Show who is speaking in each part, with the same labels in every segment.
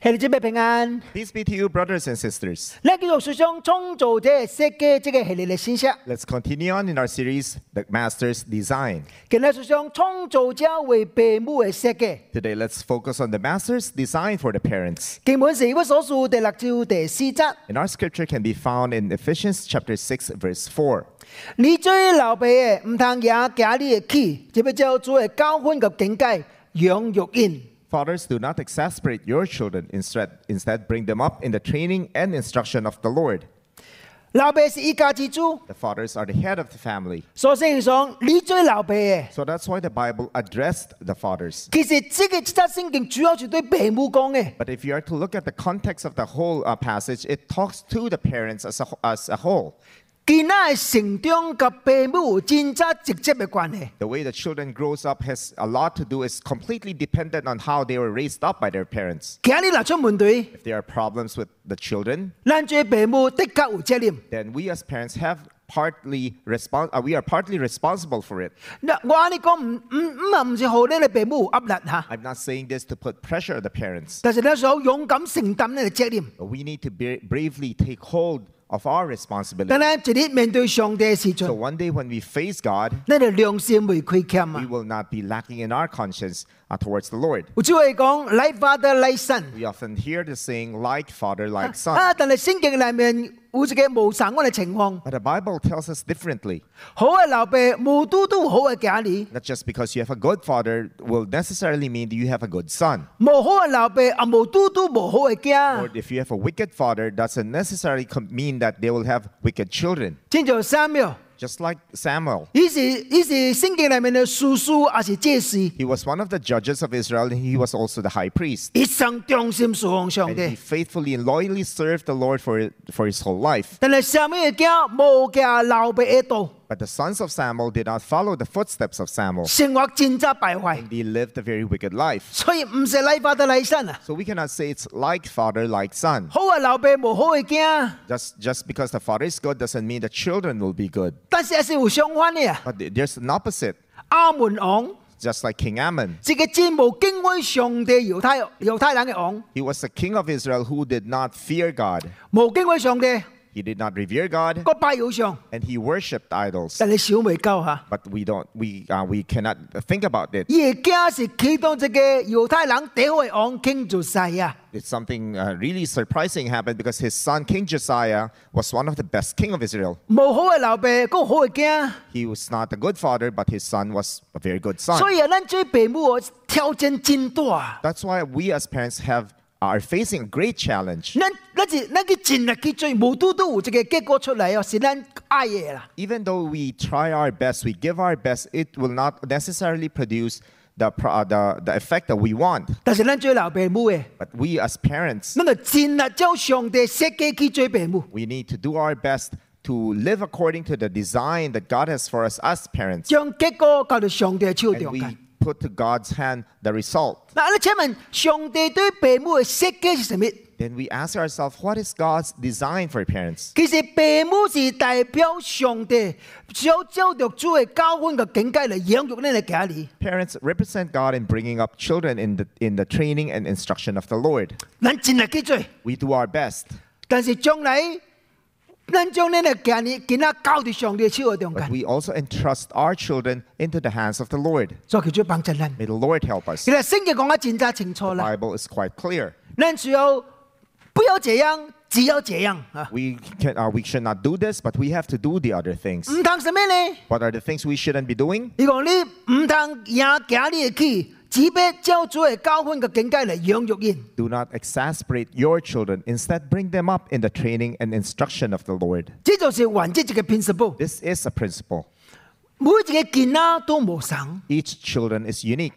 Speaker 1: 兄弟姊妹平安，
Speaker 2: Peace be to you, brothers and sisters.
Speaker 1: 呢叫做說上創造者嘅設計，即係系列嘅信息。
Speaker 2: Let's continue on in our series, The Master's Design.
Speaker 1: 今日說上創造者為父母嘅設計，
Speaker 2: Today, let's focus on the Master's design for the parents.
Speaker 1: 經本是以弗所書第六章第四節。
Speaker 2: And our scripture can be found in Ephesians chapter 6, verse 4.
Speaker 1: 你追老爸嘅，唔通也假你嘅氣，就要照主嘅教訓及境界養育因。
Speaker 2: Fathers, do not exasperate your children. Instead, instead, bring them up in the training and instruction of the Lord.
Speaker 1: 老爸是一家之主，
Speaker 2: The fathers are the head of the family.
Speaker 1: 所以上你追老爸嘅，
Speaker 2: So that's why the Bible addressed the fathers.
Speaker 1: 其實這個這則聖經主要是對父母講嘅。
Speaker 2: But if you are to look at the context of the whole uh, passage, it talks to the parents as a, wh- as a whole.
Speaker 1: 囡仔嘅成長及父母有真正直接嘅關係。
Speaker 2: The way the children grows up has a lot to do is completely dependent on how they were raised up by their parents.
Speaker 1: 今日若出問題，
Speaker 2: If there are problems with the children,
Speaker 1: 咱做父母的確有責任。
Speaker 2: then we as parents have partly respon- uh, we are partly responsible for it.
Speaker 1: 嗱，我安尼講唔唔唔係唔是好你嘅父母有壓力嚇，
Speaker 2: I'm not saying this to put pressure on the parents.
Speaker 1: 但是你要勇敢承擔你嘅責任。
Speaker 2: But we need to bra- bravely take hold of our
Speaker 1: 等
Speaker 2: responsibility.
Speaker 1: 咱一日面對上帝嘅時陣，
Speaker 2: So one day when we face God,
Speaker 1: 咱就良心會虧欠
Speaker 2: we
Speaker 1: 啊。
Speaker 2: will not be lacking in our conscience uh, towards the Lord.
Speaker 1: 有句話講，來 father 來 son。À,
Speaker 2: We often hear the saying, like father, like son.
Speaker 1: 啊，但係聖經裏面有一個無相關嘅情況，
Speaker 2: But the Bible tells us differently.
Speaker 1: 好嘅老爸無嘟嘟好嘅囝兒，
Speaker 2: Not just because you have a good father will necessarily mean that you have a good son.
Speaker 1: 無好嘅老爸啊無嘟嘟無好嘅囝
Speaker 2: Or。if you have a wicked father, doesn't necessarily com- mean that they will have wicked children.
Speaker 1: 正像三秒，
Speaker 2: Just like Samuel,
Speaker 1: 伊是伊是聖經裏面嘅叔叔，也是祭司，
Speaker 2: he was one of the judges of Israel, and he was also the high priest.
Speaker 1: 一生忠心侍奉上
Speaker 2: And
Speaker 1: 帝。
Speaker 2: he faithfully and loyally served the Lord for, for his whole life.
Speaker 1: 但係三秒嘅囝無行老爸嘅道，
Speaker 2: But the sons of Samuel did not follow the footsteps of Samuel.
Speaker 1: 生活真真敗壞，
Speaker 2: They lived a very wicked life.
Speaker 1: 所以唔是禮法得禮神啊。
Speaker 2: So we cannot say it's like father, like son.
Speaker 1: 好嘅老爸無好嘅囝，
Speaker 2: Just, just because the father is good doesn't mean the children will be good.
Speaker 1: 但是也是有相反嘅啊。
Speaker 2: But th- there's an opposite.
Speaker 1: 阿門王。
Speaker 2: Just like King Ammon,
Speaker 1: 這個真無敬畏上帝猶太猶太人嘅王，
Speaker 2: he was the king of Israel who did not fear God.
Speaker 1: 無敬畏上帝，
Speaker 2: He did not revere God,
Speaker 1: 個拜偶像，
Speaker 2: and he worshipped idols.
Speaker 1: 但係小未夠嚇。
Speaker 2: But we don't, we, uh, we cannot think about it.
Speaker 1: 啊伊嘅囝是起到這個猶太人第一位王傾注晒啊！
Speaker 2: It's something uh, really surprising happened because his son King Josiah was one of the best king of Israel.
Speaker 1: 無好嘅老爸，個好嘅囝，
Speaker 2: He was not a good father, but his son was a very good son.
Speaker 1: 所以啊，咱做父母哦挑戰真大。啊
Speaker 2: That's why we as parents have are facing a great challenge.
Speaker 1: 咱咱是咱去盡力去做，無拄都有一個結果出來哦，是咱愛嘅啦。
Speaker 2: Even though we try our best, we give our best, it will not necessarily produce the pro- uh, the, the effect that we want.
Speaker 1: 但是咱做老爸母嘅，
Speaker 2: But we as parents,
Speaker 1: 咱就盡力照上帝設計去做父母。
Speaker 2: we need to do our best to live according to the design that God has for us as parents.
Speaker 1: 將結果交到上帝嘅手
Speaker 2: And
Speaker 1: 中間
Speaker 2: we。put to God's hand the result.
Speaker 1: 嗱，你請問上帝對父母嘅設計是什麼？
Speaker 2: Then we ask ourselves, what is God's design for parents?
Speaker 1: 其實父母是代表上帝，照照着主嘅教訓嘅境界嚟養育你嘅家兒。
Speaker 2: Parents represent God in bringing up children in the, in the training and instruction of the Lord.
Speaker 1: 咱盡力去做，
Speaker 2: We do our best.
Speaker 1: 但是將來咱將你嘅家兒囡仔交到上帝嘅手嘅中
Speaker 2: But
Speaker 1: 間，
Speaker 2: we also entrust our children into the hands of the Lord.
Speaker 1: 所以叫做幫助咱。
Speaker 2: May the Lord help us.
Speaker 1: 其
Speaker 2: The
Speaker 1: 實聖經講得真真清楚啦，
Speaker 2: Bible is quite clear.
Speaker 1: 咱只要不要這樣，只要這樣啊，
Speaker 2: We, can, uh, we should not do this, but we have to do the other things.
Speaker 1: 唔通什麼呢？
Speaker 2: What are the things we shouldn't be doing?
Speaker 1: 伊講你唔通贏行你嘅去，只必照主嘅教訓嘅境界嚟養育因。
Speaker 2: Do not exasperate your children. Instead, bring them up in the training and instruction of the Lord.
Speaker 1: 这就是原則一個 principle。
Speaker 2: This is a principle.
Speaker 1: 每一個囡仔都無同，
Speaker 2: Each children is unique.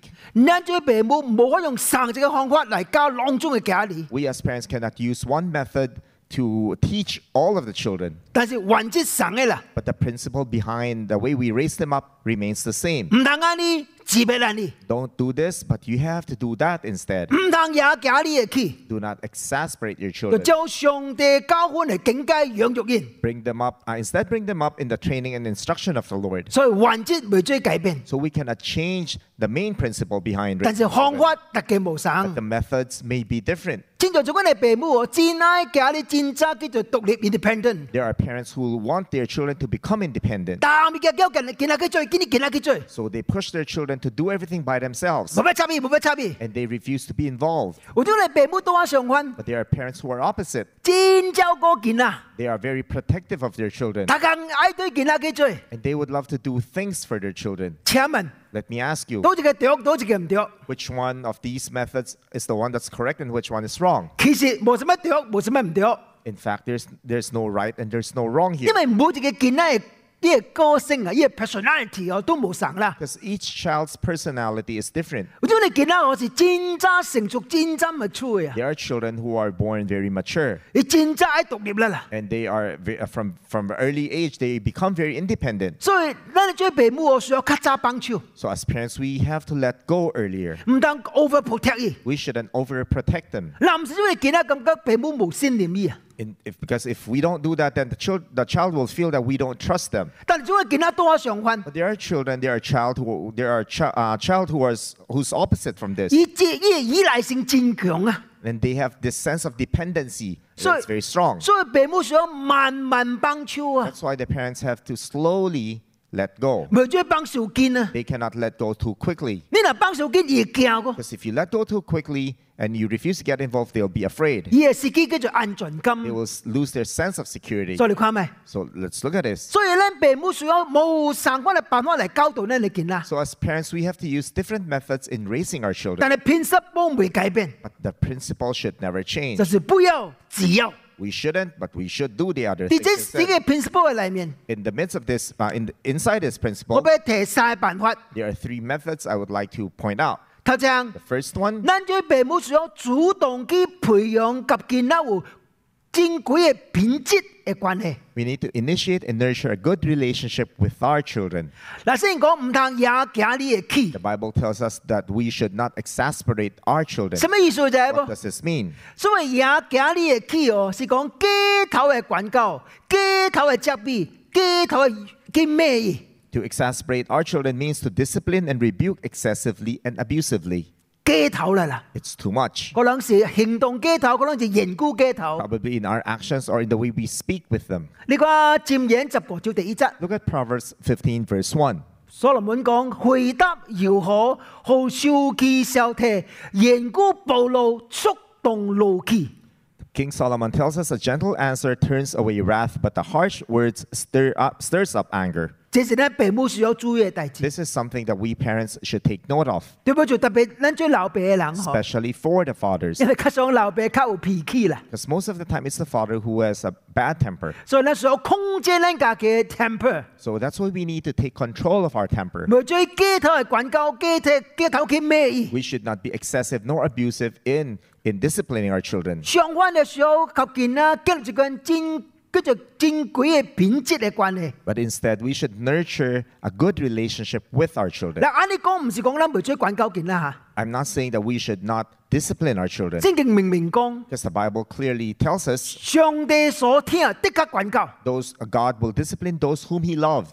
Speaker 1: 咱做父母無法用同一個方法嚟教囊中嘅囝兒，
Speaker 2: We as parents cannot use one method to teach all of the children,
Speaker 1: 但是原則同嘅啦，
Speaker 2: but the principle behind the way we raise them up remains the same.
Speaker 1: 唔通安尼责备咱哩，
Speaker 2: Don't do this, but you have to do that instead.
Speaker 1: 毋通也行你的气，
Speaker 2: Do not exasperate your
Speaker 1: 就
Speaker 2: children.
Speaker 1: 照上帝教训的境界养育因，
Speaker 2: Bring them up. Uh, instead, bring them up in the training and instruction of the Lord.
Speaker 1: 所以原则袂做改变，
Speaker 2: So we cannot change the main principle behind
Speaker 1: 但是
Speaker 2: raising
Speaker 1: 方
Speaker 2: children,
Speaker 1: 法大家无
Speaker 2: but
Speaker 1: 相
Speaker 2: the。methods may be different.
Speaker 1: 真像做阮的爸母哦，真爱行你真早叫做独立 independent，
Speaker 2: There are parents who want their children to become independent.
Speaker 1: 但物件叫囡囡仔去做，今日囡仔去做，
Speaker 2: So they push their children to do everything by themselves.
Speaker 1: 无要插伊，无要插伊。
Speaker 2: And they refuse to be involved.
Speaker 1: 有种的爸母拄啊相反，
Speaker 2: But there are parents who are opposite.
Speaker 1: 真照顾囡仔。
Speaker 2: They are very protective of their children.
Speaker 1: 大家爱对囡仔去做，
Speaker 2: And they would love to do things for their children.
Speaker 1: 请问，
Speaker 2: Let me ask you,
Speaker 1: 倒一个对，倒一个毋对？
Speaker 2: which one of these methods is the one that's correct and which one is wrong?
Speaker 1: 其實冇什麼對，冇什麼唔對，
Speaker 2: In fact, there's, there's no right and there's no wrong
Speaker 1: 因
Speaker 2: here.
Speaker 1: 為每一個囡仔嘅啲嘅個性啊，啲嘅 personality 哦都冇同啦。
Speaker 2: Because each child's personality is different.
Speaker 1: 有種你囡仔我是真早成熟、真真咪出啊，
Speaker 2: There are children who are born very mature
Speaker 1: 你真早愛獨立啦啦。
Speaker 2: and they are ve- uh, from from early age they become very independent.
Speaker 1: 所以咱做父母哦我需要較早幫手，
Speaker 2: So as parents, we have to let go earlier.
Speaker 1: 唔通 overprotect 伊。
Speaker 2: We shouldn't overprotect them.
Speaker 1: 嗱，唔是因為囡仔感覺父母無信任伊啊，
Speaker 2: In, if, because if we don't do that, then the child the child will feel that we don't trust them.
Speaker 1: 但係因為囡仔多相反，
Speaker 2: But there are children, there are child who there are chi- uh, child who are s- who's opposite from this,
Speaker 1: 伊即伊嘅依賴性真強啊，
Speaker 2: and they have this sense of dependency
Speaker 1: So-
Speaker 2: that's very strong.
Speaker 1: 所以父母需要慢慢幫手啊，
Speaker 2: That's why the parents have to slowly let go.
Speaker 1: 唔做幫手緊啊。
Speaker 2: They cannot let go too quickly.
Speaker 1: 你若幫手緊，伊會驚個。
Speaker 2: Because if you let go too quickly and you refuse to get involved, they'll be afraid.
Speaker 1: 伊嘅司機叫做安全感。
Speaker 2: They will s- lose their sense of security.
Speaker 1: 所以你看咪，
Speaker 2: So let's look at this.
Speaker 1: 所以咱父母需要冇相關嘅辦法嚟教導咱嘅囡仔，
Speaker 2: So as parents, we have to use different methods in raising our children.
Speaker 1: 但係偏執幫未改變，
Speaker 2: But the principle should never change.
Speaker 1: 就是不要只要。
Speaker 2: We shouldn't, but we should do the other
Speaker 1: 喺
Speaker 2: things.
Speaker 1: 這四
Speaker 2: instead.
Speaker 1: 個 principle 嘅裏面，
Speaker 2: In the midst of this, uh, in inside this
Speaker 1: 我
Speaker 2: principle,
Speaker 1: 俾提三個辦法。
Speaker 2: there are three methods I would like to point out.
Speaker 1: 頭一項
Speaker 2: The，first one
Speaker 1: 咱做父母需要主動去培養及囡仔有正規嘅品質嘅關係。
Speaker 2: we need to initiate and nurture a good relationship with our children.
Speaker 1: 嗱，先講唔通也驚你嘅氣
Speaker 2: The，Bible tells us that we should not exasperate our children.
Speaker 1: 什麼意思就係
Speaker 2: What
Speaker 1: 不？
Speaker 2: does this mean?
Speaker 1: 所謂也行你嘅起哦，是講街頭嘅廣告、街頭嘅設備、街頭嘅嘅咩嘢？
Speaker 2: To exasperate our children means to discipline and rebuke excessively and abusively.
Speaker 1: 街頭啦啦，
Speaker 2: It's too much.
Speaker 1: 嗰人是行動街頭，嗰人是研究街頭。
Speaker 2: Probably in our actions or in the way we speak with them.
Speaker 1: 你看《箴言》十八章第一節，
Speaker 2: Look at Proverbs 15, verse 1.
Speaker 1: 所羅門講：回答如何，好受其消退，研究暴露，觸動怒氣。
Speaker 2: King Solomon tells us a gentle answer turns away wrath, but the harsh words stir up, stirs up anger.
Speaker 1: 這是咱父母需要注意嘅代志。
Speaker 2: This is something that we parents should take note of,
Speaker 1: 對不住，特別咱做老爸嘅人吼，
Speaker 2: especially for the fathers.
Speaker 1: 因為較上老爸較有脾氣啦。
Speaker 2: Because most of the time it's the father who has a bad temper.
Speaker 1: 所以咱需要控制咱家己嘅 temper，
Speaker 2: So that's why we need to take control of our temper.
Speaker 1: 唔最街頭嘅廣告，街頭街頭去咩意？
Speaker 2: We should not be excessive nor abusive in, in disciplining our children.
Speaker 1: 相反嘅時候，及見啊，建立一個真叫做正規嘅品質嘅關係。
Speaker 2: But instead, we should nurture a good relationship with our children.
Speaker 1: 嗱，安尼講唔是講咱唔做廣告見啦
Speaker 2: I'm not saying that we should not discipline our children,
Speaker 1: 嚇，聖經明明講，
Speaker 2: because the Bible clearly tells us
Speaker 1: 上帝所聽的確廣告，
Speaker 2: those God will discipline those whom He loved.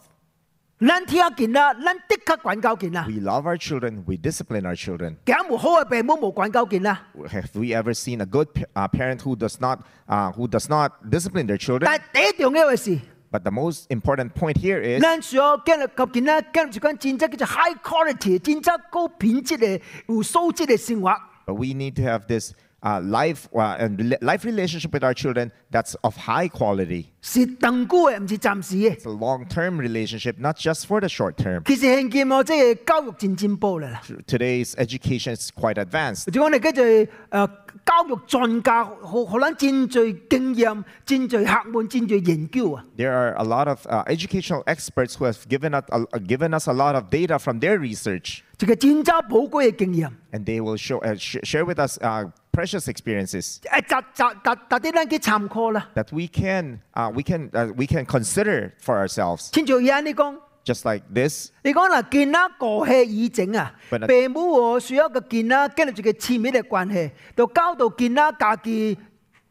Speaker 1: 咱聽見啦，咱的確廣告見啦。
Speaker 2: We love our children. We discipline our children.
Speaker 1: 假無好嘅父母無廣告見啦，
Speaker 2: Have we ever seen a good pa- uh, parent who does not uh, who does not discipline their children?
Speaker 1: 但係第一重要嘅事，
Speaker 2: but the most important point here is
Speaker 1: 咱需要建立及見啦，建立一個真正叫做 high quality、真正高品質嘅有素質嘅生活。
Speaker 2: But we need to have this uh, life uh, and rela- life relationship with our children that's of high quality.
Speaker 1: 是長久嘅，唔是暫時嘅
Speaker 2: It's。a long-term relationship, not just for the short term.
Speaker 1: 其實現今哦，即係教育真進步啦啦。
Speaker 2: Today's education is quite advanced.
Speaker 1: 或者我哋叫做誒教育專家，互互咱真侪經驗、真侪學問、真侪研究啊。
Speaker 2: There are a lot of uh, educational experts who have given us, a, given us a lot of data from their research,
Speaker 1: 一個真正寶貴嘅經驗，
Speaker 2: and they will show, uh, sh- share with us uh, precious experiences
Speaker 1: 誒值值值值得咱去參考啦。
Speaker 2: that we can, uh, we can, uh, we can consider for ourselves.
Speaker 1: 親像伊安尼講，
Speaker 2: just like this.
Speaker 1: 你講嗱，建立過去以整啊
Speaker 2: But I-，
Speaker 1: 並冇我需要嘅建立建立住嘅親密嘅關係，就交到建立家己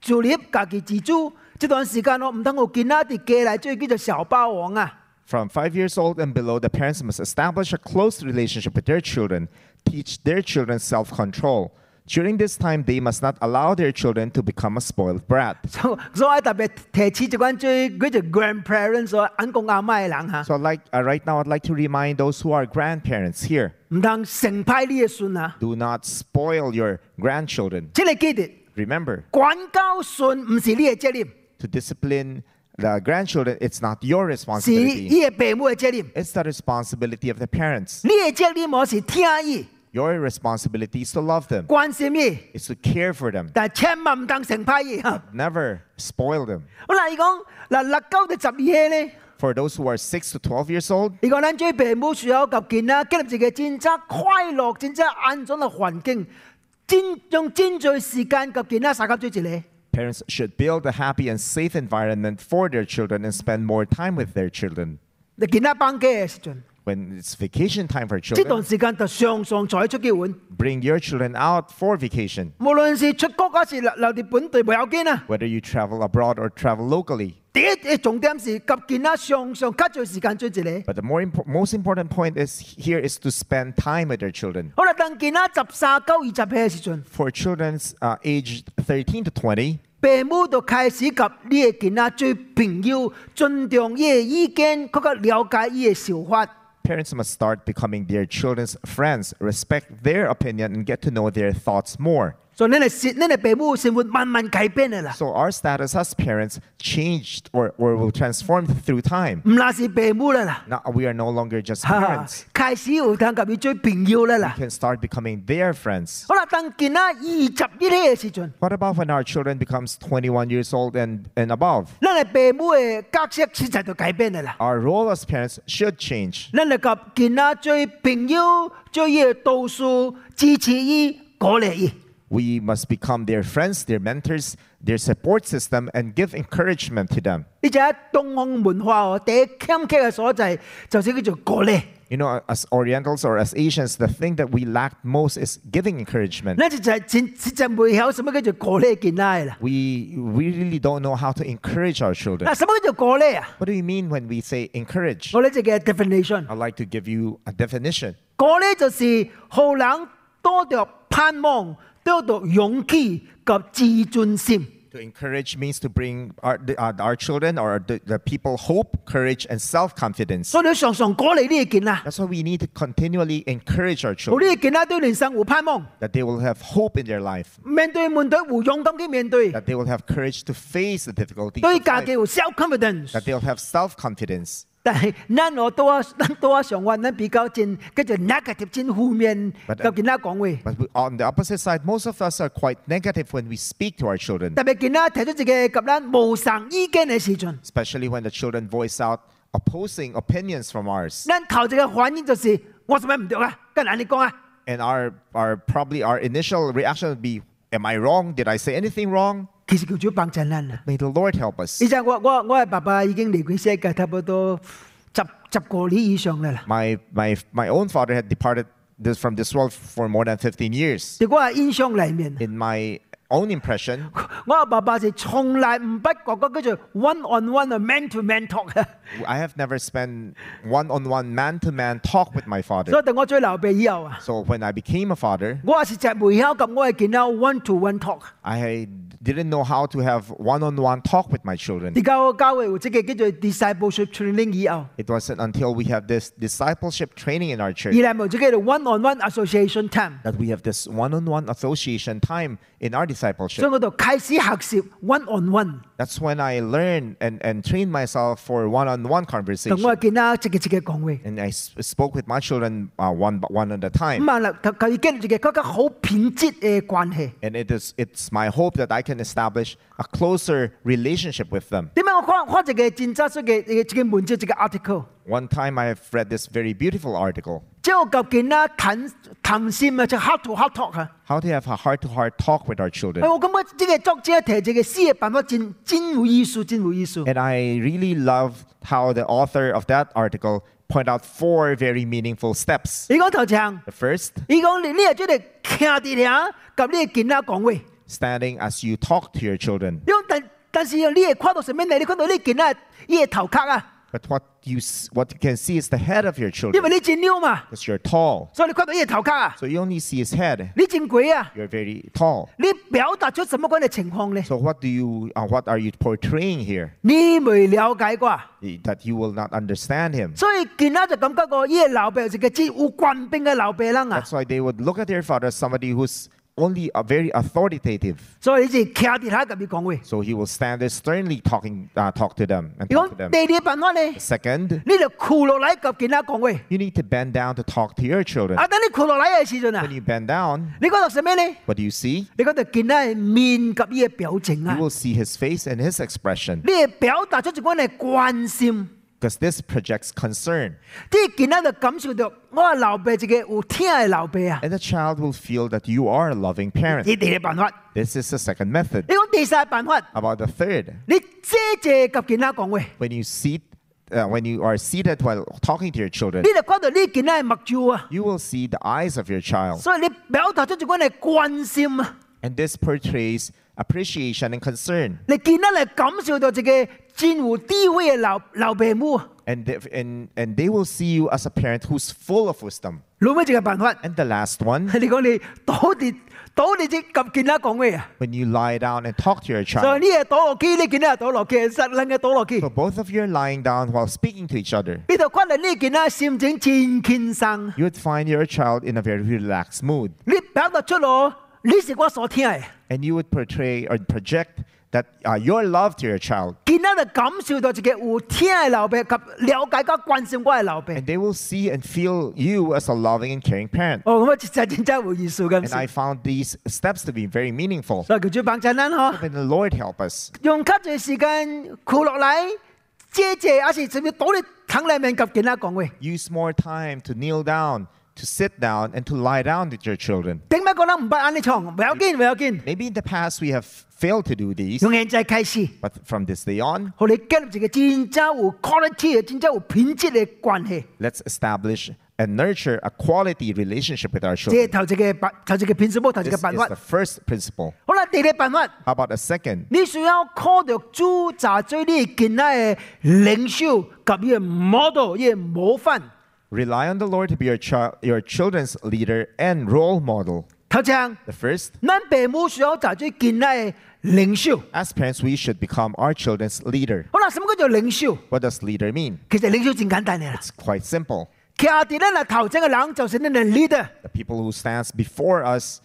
Speaker 1: 自立、家己自主。這段時間我唔通我建立啲家嚟做叫做小霸王啊！
Speaker 2: From five years old and below, the parents must establish a close relationship with their children, teach their children self control. During this time, they must not allow their children to become a spoiled brat.
Speaker 1: 所所以我特別提起這關最嗰隻 grandparents 或阿公阿媽嘅人啊嚇，
Speaker 2: So, I'd like uh, right now, I'd like to remind those who are grandparents here
Speaker 1: 唔通成派呢嘅孫啊！
Speaker 2: do not spoil your grandchildren.
Speaker 1: 請你記住，
Speaker 2: Remember,
Speaker 1: 管教孫唔是你嘅責任，
Speaker 2: to discipline the grandchildren, it's not your
Speaker 1: 是
Speaker 2: responsibility,
Speaker 1: 呢嘅父母嘅責任。
Speaker 2: it's the responsibility of the parents.
Speaker 1: 呢嘅責任我是聽伊、
Speaker 2: Your responsibility is to love them,
Speaker 1: 關心伊，
Speaker 2: is to care for them,
Speaker 1: 但係千萬唔通成派 伊嚇。
Speaker 2: never spoil them.
Speaker 1: 好啦，伊講嗱六九到十二歲咧，
Speaker 2: For those who are 6 to 12 years old,
Speaker 1: 伊講咱做父母需要及健啦，建立一個真正快樂、真正安全嘅環境，真用真最時間及健啦，三級做一個。
Speaker 2: parents should build a happy and safe environment for their children and spend more time with their children.
Speaker 1: 你健啦放假嘅時陣，
Speaker 2: When it's vacation time for
Speaker 1: 呢段
Speaker 2: children,
Speaker 1: 時間就常常在出去玩，
Speaker 2: bring your children out for vacation,
Speaker 1: 無論是出國嗰時留留喺本地冇要緊啊。
Speaker 2: whether you travel abroad or travel locally.
Speaker 1: 第一嘅重點是及健啦，常常較少時間做一個。
Speaker 2: But the more impo- most important point is here is to spend time with their children.
Speaker 1: 好啦，當健啦十三九二十歲嘅時陣，
Speaker 2: For children uh, aged 13 to 20,
Speaker 1: 父母就開始及呢個健啦做朋友，尊重伊嘅意見，更加了解伊嘅想法。
Speaker 2: parents must start becoming their children's friends, respect their opinion, and get to know their thoughts more.
Speaker 1: 所以恁嘅恁嘅父母生活慢慢改變嘅啦，
Speaker 2: So our status as parents changed or, or will transform through time.
Speaker 1: 唔那是父母啦啦，
Speaker 2: Now we are no longer just
Speaker 1: 哈哈
Speaker 2: parents.
Speaker 1: 開始有通甲伊做朋友啦
Speaker 2: We
Speaker 1: 啦。
Speaker 2: can start becoming their friends.
Speaker 1: 好啦，當見啊二十一歲嘅時陣，
Speaker 2: What about when our children becomes 21 years old and, and above?
Speaker 1: 咱嘅父母嘅角色實在就改變嘅啦。
Speaker 2: Our role as parents should change.
Speaker 1: 咱嚟甲見啊做朋友，做伊嘅導師，支持伊，鼓勵伊。
Speaker 2: We must become their friends, their mentors, their support system, and give encouragement to them.
Speaker 1: 呢隻東方文化哦，第一欠缺嘅所在就是叫做鼓勵。
Speaker 2: You know, as Orientals or as Asians, the thing that we lack most is giving encouragement.
Speaker 1: 咱實在真實在未曉什麼叫做鼓勵見啊嘅啦。
Speaker 2: We we really don't know how to encourage
Speaker 1: 嗱，
Speaker 2: our children.
Speaker 1: 什麼叫做鼓勵啊？
Speaker 2: What do you mean when we say encourage?
Speaker 1: 我哋一個 definition。
Speaker 2: I'd like to give you a definition.
Speaker 1: 嗰呢就是好人多着盼望，多着勇氣及自尊心。
Speaker 2: To encourage means to bring our, the, uh, our children or the, the people hope, courage, and self confidence.
Speaker 1: 所以你常常鼓勵呢件啦，
Speaker 2: That's why we need to continually encourage our
Speaker 1: 好
Speaker 2: children
Speaker 1: 呢件啦對人生有盼望，
Speaker 2: that they will have hope in their life,
Speaker 1: 面對面對有勇敢去面對，
Speaker 2: that they will have courage to face the difficulties, of
Speaker 1: 對家
Speaker 2: life,
Speaker 1: 己有 self confidence。
Speaker 2: that they'll have self confidence.
Speaker 1: 但係咱我多啊，咱多啊上話，咱比較真，跟住 negative 真負面，
Speaker 2: But-
Speaker 1: 就見他講話。
Speaker 2: But we, on the opposite side, most of us are quite negative when we speak to our children,
Speaker 1: 特別見他提出自己及咱無上意見嘅時陣，
Speaker 2: especially when the children voice out opposing opinions from ours.
Speaker 1: 咱頭一個反應就是我做咩唔對啊？跟人哋講啊！
Speaker 2: And our, our probably our initial reaction would be, Am I wrong? Did I say anything wrong?
Speaker 1: 其實叫做幫襯咱啊。
Speaker 2: May the Lord help us.
Speaker 1: 以前我我我嘅爸爸已經離開世界差不多十十個年以上啦啦。
Speaker 2: my my my own father had departed this, from this world for more than 15 years
Speaker 1: 在我嘅印象裏面，
Speaker 2: in my own impression
Speaker 1: 我嘅爸爸是從來唔不覺嗰叫做 one on one 啊 man to man talk 啊嘅，
Speaker 2: i have never spent one-on-one man-to-man talk with my
Speaker 1: 所
Speaker 2: father
Speaker 1: 以等我做留備以後啊，
Speaker 2: so when i became a father
Speaker 1: 我係實在未曉咁我係見到 one to one talk。
Speaker 2: i didn't know how to have one-on-one talk with my children
Speaker 1: 而家我教會有即個叫做 discipleship training 以後，
Speaker 2: it wasn't until we have this discipleship training in our church
Speaker 1: 而來冇即個 one on one association time，
Speaker 2: that we have this one-on-one association time in our
Speaker 1: 所以
Speaker 2: discipleship
Speaker 1: 我就開始學習 one on one。
Speaker 2: that's when i learned and, and trained myself for one-on-one
Speaker 1: 同
Speaker 2: conversation
Speaker 1: 我見到即個即個講話。
Speaker 2: and i s- spoke with my children uh, one, by one at a time
Speaker 1: 咁啊，嗱，佢佢建立一個更加好品質嘅關係。
Speaker 2: And it is, it's my hope that I can establish a closer relationship with them.
Speaker 1: 點解我看看一個戰爭書嘅嘅一個文章一個 article，
Speaker 2: One time I have read this very beautiful article
Speaker 1: 即係我究竟啦談談心啊，即係 heart to heart talk 啊。
Speaker 2: How to Have a Heart to Heart Talk with Our
Speaker 1: 哎
Speaker 2: Children.
Speaker 1: 我感覺呢個作者提這個詩嘅辦法真真有意思，真有意思。
Speaker 2: And I really love how the author of that article point out four very meaningful steps.
Speaker 1: 伊讲头一项，
Speaker 2: The first,
Speaker 1: 伊讲你你系即个徛伫遐，甲你嘅囡仔讲话。伊
Speaker 2: standing as you talk to your children.
Speaker 1: 讲但但是你会看到什么呢？你看到你囡仔伊嘅头壳啊，
Speaker 2: But what you s- what you can see is the head of your
Speaker 1: 因为
Speaker 2: children
Speaker 1: 你真溜嘛，
Speaker 2: because you're tall.
Speaker 1: 所以你看到伊嘅头壳啊，
Speaker 2: So you only see his head.
Speaker 1: 你真鬼啊！
Speaker 2: You're very tall.
Speaker 1: 你表達出什麼樣嘅情況呢？
Speaker 2: So what do you uh, what are you portraying here
Speaker 1: 你未了解啩，
Speaker 2: Y- that you will not understand him?
Speaker 1: 所以見仔就感覺個呢個老伯是個只有棍兵嘅老伯人啊，
Speaker 2: That's why they would look at their father as somebody who's only a very authoritative.
Speaker 1: 所以你就徛地下咁樣講話。
Speaker 2: So he will stand there sternly talking uh, talk to them and
Speaker 1: 如
Speaker 2: talk to
Speaker 1: 果
Speaker 2: them.
Speaker 1: 第二辦法呢，
Speaker 2: Second,
Speaker 1: 你就酷落嚟及見仔講話。
Speaker 2: you need to bend down to talk to your children.
Speaker 1: 啊，等你酷落嚟嘅時陣啊
Speaker 2: When，you bend down,
Speaker 1: 你嗰度食咩呢？
Speaker 2: what do you see?
Speaker 1: 你嗰度見仔嘅面及呢個表情
Speaker 2: You
Speaker 1: 啊，
Speaker 2: will see his face and his expression
Speaker 1: 你係表達出一種嘅關心。
Speaker 2: because this projects concern.
Speaker 1: 啲見仔就感受到我係老伯一個有聽嘅老伯啊。
Speaker 2: And the child will feel that you are a loving parent.
Speaker 1: 呢第二辦法，
Speaker 2: This is the second method.
Speaker 1: 你講第三辦法，
Speaker 2: About the third,
Speaker 1: 你遮遮及見仔講話。
Speaker 2: when you seat, uh, when you are seated while talking to your children,
Speaker 1: 你就看到呢件係目睭啊，
Speaker 2: you will see the eyes of your child,
Speaker 1: 所以你表達出一款係關心啊，
Speaker 2: and this portrays appreciation and concern.
Speaker 1: 你見得嚟感受到自己戰無地位嘅老老爸母啊，
Speaker 2: And they, and and they will see you as a parent who's full of wisdom.
Speaker 1: 老尾一個辦法，
Speaker 2: And the last one,
Speaker 1: 你講你倒地倒地只及見得講咩啊？
Speaker 2: when you lie down and talk to your
Speaker 1: 所以
Speaker 2: child.
Speaker 1: 呢嘢倒落機，呢件係倒落機，實撚嘅倒落機
Speaker 2: So。both of you are lying down while speaking to each other.
Speaker 1: 你就看到呢件啊，心情真輕鬆，
Speaker 2: You would find your child in a very relaxed mood,
Speaker 1: 你表達出咯，你是我所聽嘅，
Speaker 2: and you would portray or project that uh, your love to your child.
Speaker 1: 見得就感受到自己有聽嘅老爸及了解加關心我嘅老爸。
Speaker 2: And they will see and feel you as a loving and caring parent.
Speaker 1: 哦，咁啊，真真真有意思咁
Speaker 2: And I
Speaker 1: 先。
Speaker 2: found these steps to be very meaningful.
Speaker 1: 所以叫主幫襯啦，嗬。
Speaker 2: May the Lord help us
Speaker 1: 用较侪時間攰落嚟，遮遮，還是甚至倒你躺裏面及囡仔講話。
Speaker 2: use more time to kneel down, to sit down, and to lie down with your children.
Speaker 1: 頂擺講得唔捌安尼創，唔要緊，唔要緊。
Speaker 2: Maybe in the past we have failed to do these,
Speaker 1: 從現在開始，
Speaker 2: but from this day on,
Speaker 1: 互你建立一個真正有 quality 嘅、真正有品質嘅關係。
Speaker 2: let's establish and nurture a quality relationship with our
Speaker 1: 這
Speaker 2: children.
Speaker 1: 頭一個辦，頭一個 principle，頭一
Speaker 2: This
Speaker 1: 個
Speaker 2: is
Speaker 1: 辦法
Speaker 2: the。first principle.
Speaker 1: 好啦，第二個辦法，
Speaker 2: How about a second?
Speaker 1: 你需要靠着主查做你囡仔嘅領袖及伊嘅 model、伊嘅模範。
Speaker 2: Rely on the Lord to be your, child, your children's leader and role model.
Speaker 1: 頭先，
Speaker 2: The first,
Speaker 1: 咱父母需要查做囡仔嘅領袖。
Speaker 2: as parents, we should become our children's leader.
Speaker 1: 好啦，什麼叫做領袖？
Speaker 2: What does leader mean?
Speaker 1: 其實領袖真簡單嘅啦。
Speaker 2: It's quite simple.
Speaker 1: 徛伫咱啊头前嘅人就是咱嘅 leader，
Speaker 2: The people who stands before us,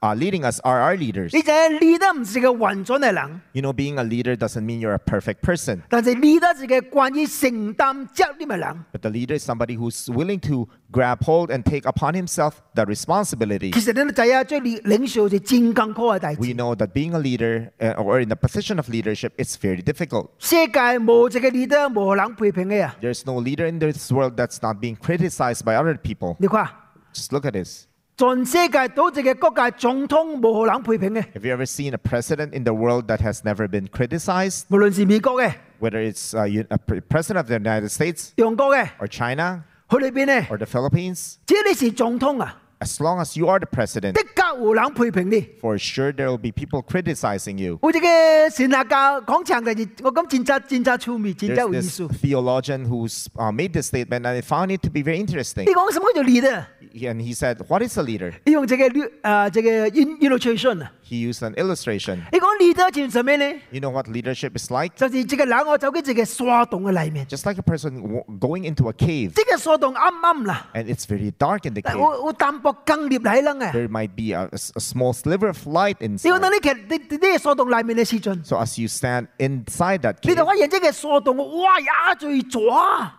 Speaker 2: uh, leading us, are our leaders.
Speaker 1: 你就係 leader 唔是個完全嘅人，
Speaker 2: You know, being a leader doesn't mean you're a perfect person,
Speaker 1: 但是 leader 是個關於承擔責任嘅人。
Speaker 2: but the leader is somebody who's willing to grab hold and take upon himself the responsibility.
Speaker 1: 其實咱都知啊，做領領袖是真艱苦嘅代
Speaker 2: We
Speaker 1: 志。
Speaker 2: know that being a leader uh, or in the position of leadership is very difficult.
Speaker 1: 世界冇一個 leader 冇人批評嘅啊！
Speaker 2: There's no leader in this world that's not being criticized by other people.
Speaker 1: 你看，
Speaker 2: Just look at this.
Speaker 1: 全世界倒一個國家總統冇人批評嘅，
Speaker 2: Have you ever seen a president in the world that has never been criticized?
Speaker 1: 無論是美國嘅、
Speaker 2: Whether it's uh, you- a pre- president of the United States
Speaker 1: 中國嘅、
Speaker 2: or China
Speaker 1: 菲律賓嘅，
Speaker 2: or the Philippines,
Speaker 1: 只要你是總統啊，
Speaker 2: as long as you are the president,
Speaker 1: 的確有人批評你。
Speaker 2: for sure there will be people criticizing you.
Speaker 1: 有一個神學家講長，但是我講真真真真趣味，真真
Speaker 2: There's
Speaker 1: 有意
Speaker 2: this
Speaker 1: 思。
Speaker 2: theologian who's uh, made this statement, and I found it to be very interesting.
Speaker 1: 你講什麼叫 leader？
Speaker 2: He- And he said, "What is a leader?"
Speaker 1: 你用這個律啊、這個 in- illustration 啊，
Speaker 2: He used an illustration.
Speaker 1: 你講 leader 就是什麼呢？
Speaker 2: You know what leadership is like?
Speaker 1: 就是這個人哦我走進這個沙洞嘅裏面，
Speaker 2: Just like a person w- going into a cave,
Speaker 1: 這個沙洞暗暗啦，
Speaker 2: and it's very dark in the
Speaker 1: 但
Speaker 2: cave.
Speaker 1: 有有淡薄光入嚟啦嘅。
Speaker 2: There might be a, a s- a small sliver of light
Speaker 1: 啊你講到
Speaker 2: inside.
Speaker 1: 你其你你呢個沙洞裏面嘅時陣，
Speaker 2: So as you stand inside that
Speaker 1: 你
Speaker 2: cave,
Speaker 1: 就發現這個沙洞哇呀最啊左，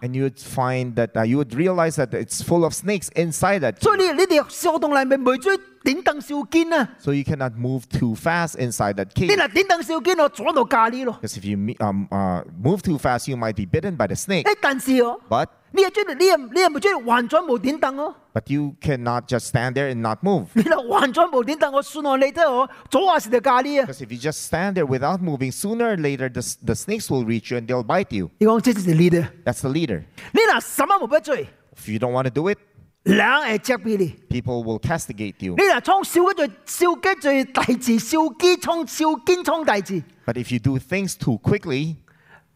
Speaker 2: and you would find that uh, you would realize that it's full of snakes inside that. Cave.
Speaker 1: 所以你你哋沙洞裏面未最頂凳少堅啊，
Speaker 2: So you cannot move move too fast inside that cage.
Speaker 1: 你若點等小囡哦，阻到咖喱咯。
Speaker 2: Because if you me- um, uh, move too fast, you might be bitten by the snake.
Speaker 1: 誒，但是哦，
Speaker 2: But
Speaker 1: 你又將你又你又咪將完全冇點等哦。
Speaker 2: but you cannot just stand there and not move.
Speaker 1: 你若完全冇點等，我算我你得我阻下是條咖喱啊！
Speaker 2: Because if you just stand there without moving, sooner or later the, s- the snakes will reach you and they'll bite you.
Speaker 1: 你講這就是你的，你
Speaker 2: That's the leader.
Speaker 1: 若什麼冇不做，
Speaker 2: If you don't want to do it,
Speaker 1: 兩係責備你。
Speaker 2: people will castigate you.
Speaker 1: 你若衝小雞最小雞最大字，小雞衝小肩衝大字，
Speaker 2: But if you do things too quickly,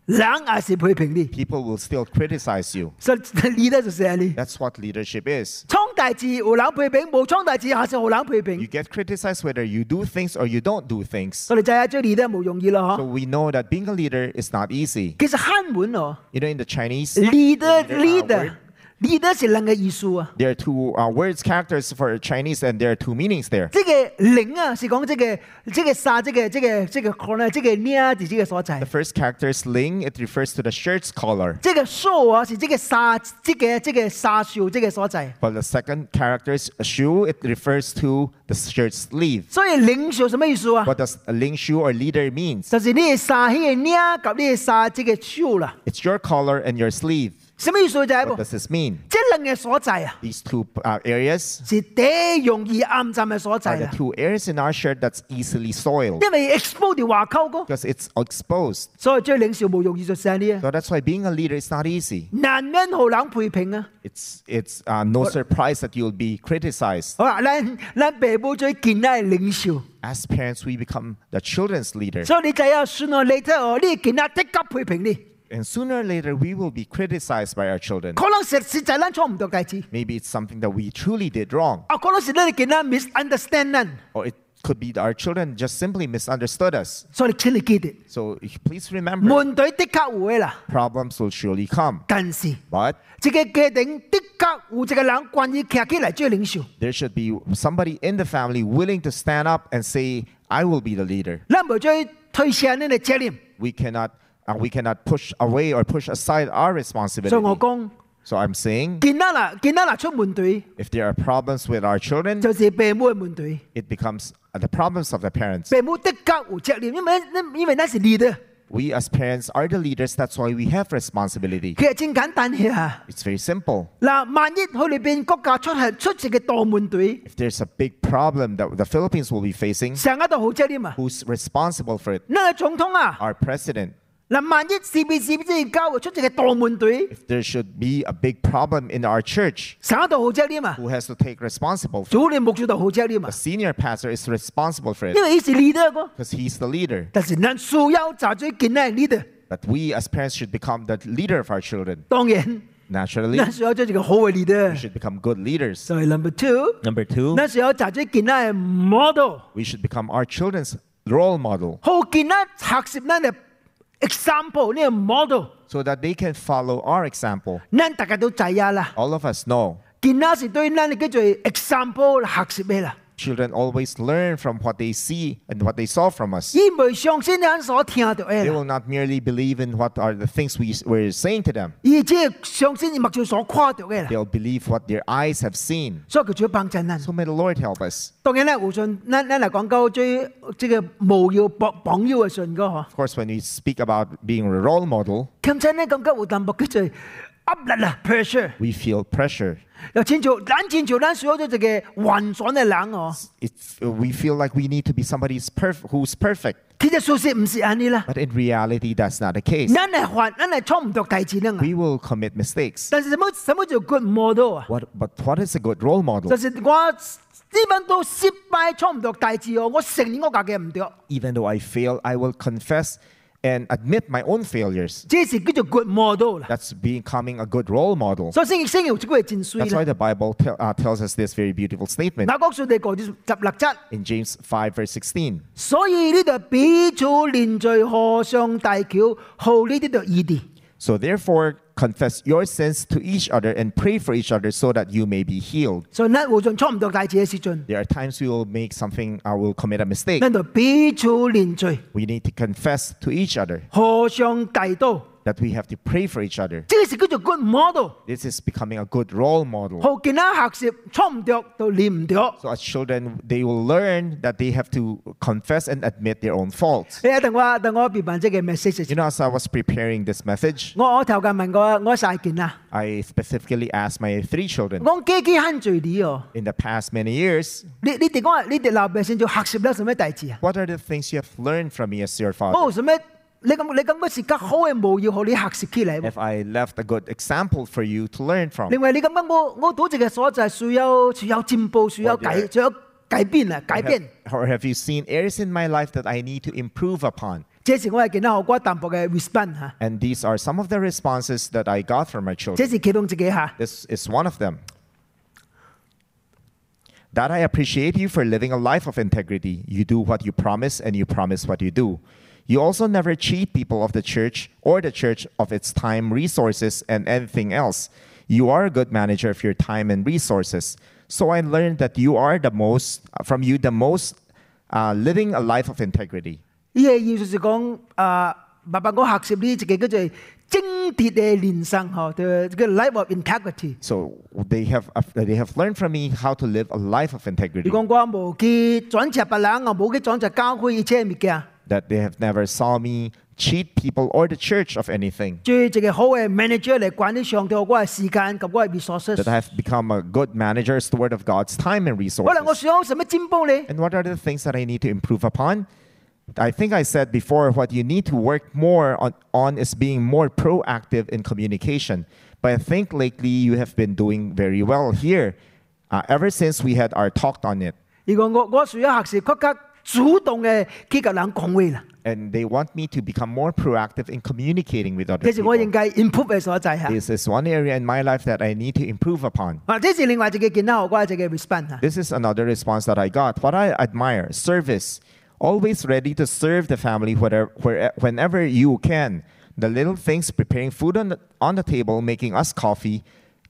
Speaker 1: 兩係是批評你。
Speaker 2: people will still criticize you.
Speaker 1: 所以你得就是你。
Speaker 2: That's what leadership is.
Speaker 1: 衝大字有人批評，冇衝大字下是有人批
Speaker 2: You
Speaker 1: 評。
Speaker 2: get criticized whether you do things or you don't do things.
Speaker 1: 我哋就係做你得冇容易啦，
Speaker 2: So
Speaker 1: 嗬。
Speaker 2: we know that being a leader is not easy.
Speaker 1: 其實慳碗哦。
Speaker 2: You know, in the Chinese,
Speaker 1: leader
Speaker 2: Leader
Speaker 1: leader
Speaker 2: outward.
Speaker 1: leader 是兩個意思啊。
Speaker 2: there are two uh, words, characters for Chinese, and there are two meanings there.
Speaker 1: 這個領啊是講這個這個沙這個這個這個可能這個領字這個所在
Speaker 2: The。first character is ling, it refers to the shirt's collar.
Speaker 1: 這個數啊是這個沙這個這個沙數這個所在。
Speaker 2: But the second character is shoe, it refers to the shirt's sleeve.
Speaker 1: 所以領數什麼意思啊？
Speaker 2: What does a ling shoe or leader means?
Speaker 1: 就是你嘅沙呢個領及你嘅沙這個數啦。
Speaker 2: It's your collar and your sleeve.
Speaker 1: 什麼意思就係
Speaker 2: What
Speaker 1: 噃？
Speaker 2: does this mean?
Speaker 1: 這兩個所在啊
Speaker 2: These two uh, areas
Speaker 1: 是最容易暗浸嘅所在
Speaker 2: are the
Speaker 1: 啦。
Speaker 2: two areas in our shirt that's easily soiled
Speaker 1: 因為 expose 條話溝哥，
Speaker 2: because it's exposed.
Speaker 1: 所以追領數冇容易就成呢啊。
Speaker 2: So that's why being a leader is not easy.
Speaker 1: 難免好冷批評啊！
Speaker 2: It's it's uh, no surprise that you'll be criticized.
Speaker 1: 好啦，咱咱爸母最見係領袖。
Speaker 2: As parents, we become the children's leader,
Speaker 1: 所以你仔啊，算我你睇哦，呢件啊即刻批評你，
Speaker 2: and sooner or later we will be criticized by our children.
Speaker 1: 可能實實在咱錯唔到大字，
Speaker 2: Maybe it's something that we truly did wrong,
Speaker 1: 啊可能是呢件啊 misunderstand 咱，
Speaker 2: or it could be that our children just simply misunderstood us.
Speaker 1: 所以請你記得，
Speaker 2: So please remember,
Speaker 1: 門對的確有嘅啦，
Speaker 2: problems will surely come,
Speaker 1: 但是
Speaker 2: but
Speaker 1: 這個家庭的確有一個人願意站起來做領袖，
Speaker 2: there should be somebody in the family willing to stand up and say, "I will be the leader."
Speaker 1: 咱唔再推卸呢個責任，
Speaker 2: we cannot uh, we cannot push away or push aside our
Speaker 1: 所以我
Speaker 2: responsibility.
Speaker 1: 講，
Speaker 2: So I'm saying
Speaker 1: 見啊啦，見啊啦出門對，
Speaker 2: if there are problems with our children,
Speaker 1: 就是父母嘅門對，
Speaker 2: it becomes uh, the problems of the parents.
Speaker 1: 父母的確有責任，因為因為那是你的，
Speaker 2: We as parents are the leaders, that's why we have responsibility.
Speaker 1: 其實真簡單嘅啊。
Speaker 2: It's very simple.
Speaker 1: 嗱，萬一佢哋變國家出現出事嘅大門隊，
Speaker 2: If there's a big problem that the Philippines will be facing,
Speaker 1: 成日都好啫添啊！
Speaker 2: who's responsible for it?
Speaker 1: 呢個總統啊，
Speaker 2: Our president.
Speaker 1: 嗱，萬一 CBC 之交出席嘅大門隊，
Speaker 2: If there should be a big problem in our church,
Speaker 1: 成日都好啫添啊！
Speaker 2: who has to take responsible for it?
Speaker 1: 早年牧師都好啫添啊
Speaker 2: The，senior pastor is responsible for it
Speaker 1: 因為以前 leader 個，
Speaker 2: because he's the leader.
Speaker 1: 但是人所有就最見咧 leader，
Speaker 2: But we as parents should become the leader of our children.
Speaker 1: 當然，
Speaker 2: Naturally,
Speaker 1: 人所有做一個好嘅
Speaker 2: we
Speaker 1: leader。
Speaker 2: should become good leaders.
Speaker 1: 所以 number two，
Speaker 2: Number two,
Speaker 1: 人所有就最見咧 model，
Speaker 2: we should become our children's role model
Speaker 1: 好見咧學習咧 example 呢個 model，
Speaker 2: so that they can follow our example.
Speaker 1: 人大家都知啊啦，
Speaker 2: All of us know
Speaker 1: 見咧是對人嘅叫做 example 學習咩啦。
Speaker 2: children always learn from what they see and what they saw from us.
Speaker 1: 因为相信咱所听到的
Speaker 2: They
Speaker 1: 啦，
Speaker 2: will not merely believe in what are the things we were saying to them.
Speaker 1: 而且相信目睭所看到的啦，
Speaker 2: They'll believe what their eyes have seen.
Speaker 1: 所以佢就要帮助咱。
Speaker 2: So may the Lord help us.
Speaker 1: 当然啦，互信，咱咱嚟讲到最这个无要榜榜要嘅信歌嗬，
Speaker 2: Of course, when we speak about being a role model,
Speaker 1: 咁真咧感覺有淡薄叫做壓力啦 pressure，
Speaker 2: we feel pressure.
Speaker 1: 又清楚，咱清楚咱所有一個幻想嘅人哦，
Speaker 2: It's, we feel like we need to be somebody perf- who's perfect.
Speaker 1: 其實事實唔是安尼啦，
Speaker 2: But in reality, that's not the case.
Speaker 1: 咱係犯，咱係錯唔到大字啦。
Speaker 2: We will commit mistakes.
Speaker 1: 但是什麼什麼叫 good model 啊？
Speaker 2: What, but what is a good role
Speaker 1: 就
Speaker 2: model?
Speaker 1: 是我基本都失敗，錯唔到大字哦，我承認我家嘅唔對，
Speaker 2: Even though I fail, I will confess and admit my own failures.
Speaker 1: 這是叫做 good model 啦。
Speaker 2: That's becoming a good role model.
Speaker 1: 所以聖聖經有一句係真水
Speaker 2: That's
Speaker 1: 啦。
Speaker 2: why the Bible tell uh, tells us this very beautiful statement
Speaker 1: 嗱，講述第嗰啲十六節，
Speaker 2: in James 5, verse 16.
Speaker 1: 所以呢度彼此連聚，河上大橋，好呢啲就異地。
Speaker 2: So therefore, confess your sins to each other and pray for each other so that you may be healed.
Speaker 1: 所以呢，互相錯唔到大字嘅時陣，
Speaker 2: There are times we will make something, uh, we'll commit a mistake.
Speaker 1: 呢度彼此連聚，
Speaker 2: We need to confess to each other.
Speaker 1: 河上大道，
Speaker 2: that we have to pray for each other.
Speaker 1: 这个是叫做 good model。
Speaker 2: This is becoming a good role model.
Speaker 1: 好，囡仔學習錯唔着就練唔着。
Speaker 2: So as children, they will learn that they have to confess and admit their own faults.
Speaker 1: 你一定我哎啊等我別問即個 message
Speaker 2: You。know, as I was preparing this message,
Speaker 1: 我我頭家問我，我細件啊，
Speaker 2: I specifically asked my three children
Speaker 1: 我幾幾慳罪啲哦。
Speaker 2: in the past many years,
Speaker 1: 你你哋講，你哋老百姓就學習咗什麼大志啊？
Speaker 2: what are the things you have learned from me as your
Speaker 1: 冇
Speaker 2: father?
Speaker 1: 什麼，你咁你咁嗰時較好嘅模要學你學習起嚟。
Speaker 2: If I left a good example for you to learn from,
Speaker 1: 另外你咁樣，我我到這個所在，需要需要進步，需要
Speaker 2: 我覺得
Speaker 1: 改，需要改變啊，改
Speaker 2: Or
Speaker 1: 變
Speaker 2: have,。or have you seen areas in my life that I need to improve upon?
Speaker 1: 這是我係見到學過淡薄嘅 response 嚇，
Speaker 2: And these are some of the responses that I got from my
Speaker 1: 這
Speaker 2: children.
Speaker 1: 是其中自己嚇。
Speaker 2: This is one of them. That I appreciate you for living a life of integrity. You do what you promise and you promise what you do. You also never cheat people of the church or the church of its time, resources, and anything else. You are a good manager of your time and resources. So I learned that you are the most, from you, the most uh, living a life of integrity.
Speaker 1: 呢個意思是講啊，爸爸我學習呢自己叫做精鐵嘅人生嗬，就叫 life of integrity。
Speaker 2: So they have uh, they have learned from me how to live a life of
Speaker 1: 如
Speaker 2: integrity
Speaker 1: 果我無去轉接別人，我冇去轉接教會一切物件，
Speaker 2: that they have never saw me cheat people or the church of anything
Speaker 1: 做一個好嘅 manager 嚟管理上帝我嘅時間及我嘅
Speaker 2: that
Speaker 1: resources
Speaker 2: I。have become a good manager steward of God's time and
Speaker 1: 可能我
Speaker 2: resources
Speaker 1: 想有什麼進步呢？
Speaker 2: and what are the things that I need to improve upon I think I said before what you need to work more on, on is being more proactive in communication but I think lately you have been doing very well here uh, ever since we had our talk on it
Speaker 1: 如果我我需要學習更加主動嘅去及人講話啦，
Speaker 2: and they want me to become more proactive in communicating with other
Speaker 1: 這是我
Speaker 2: people
Speaker 1: 應該 improve 嘅所在嚇。
Speaker 2: This is one area in my life that I need to improve upon.
Speaker 1: 啊，這是另外一個見到我嘅一個 response 嚇。
Speaker 2: This is another response that I got. What I admire service. Always ready to serve the family whatever, where, whenever you can. The little things preparing food on the, on the table, making us coffee,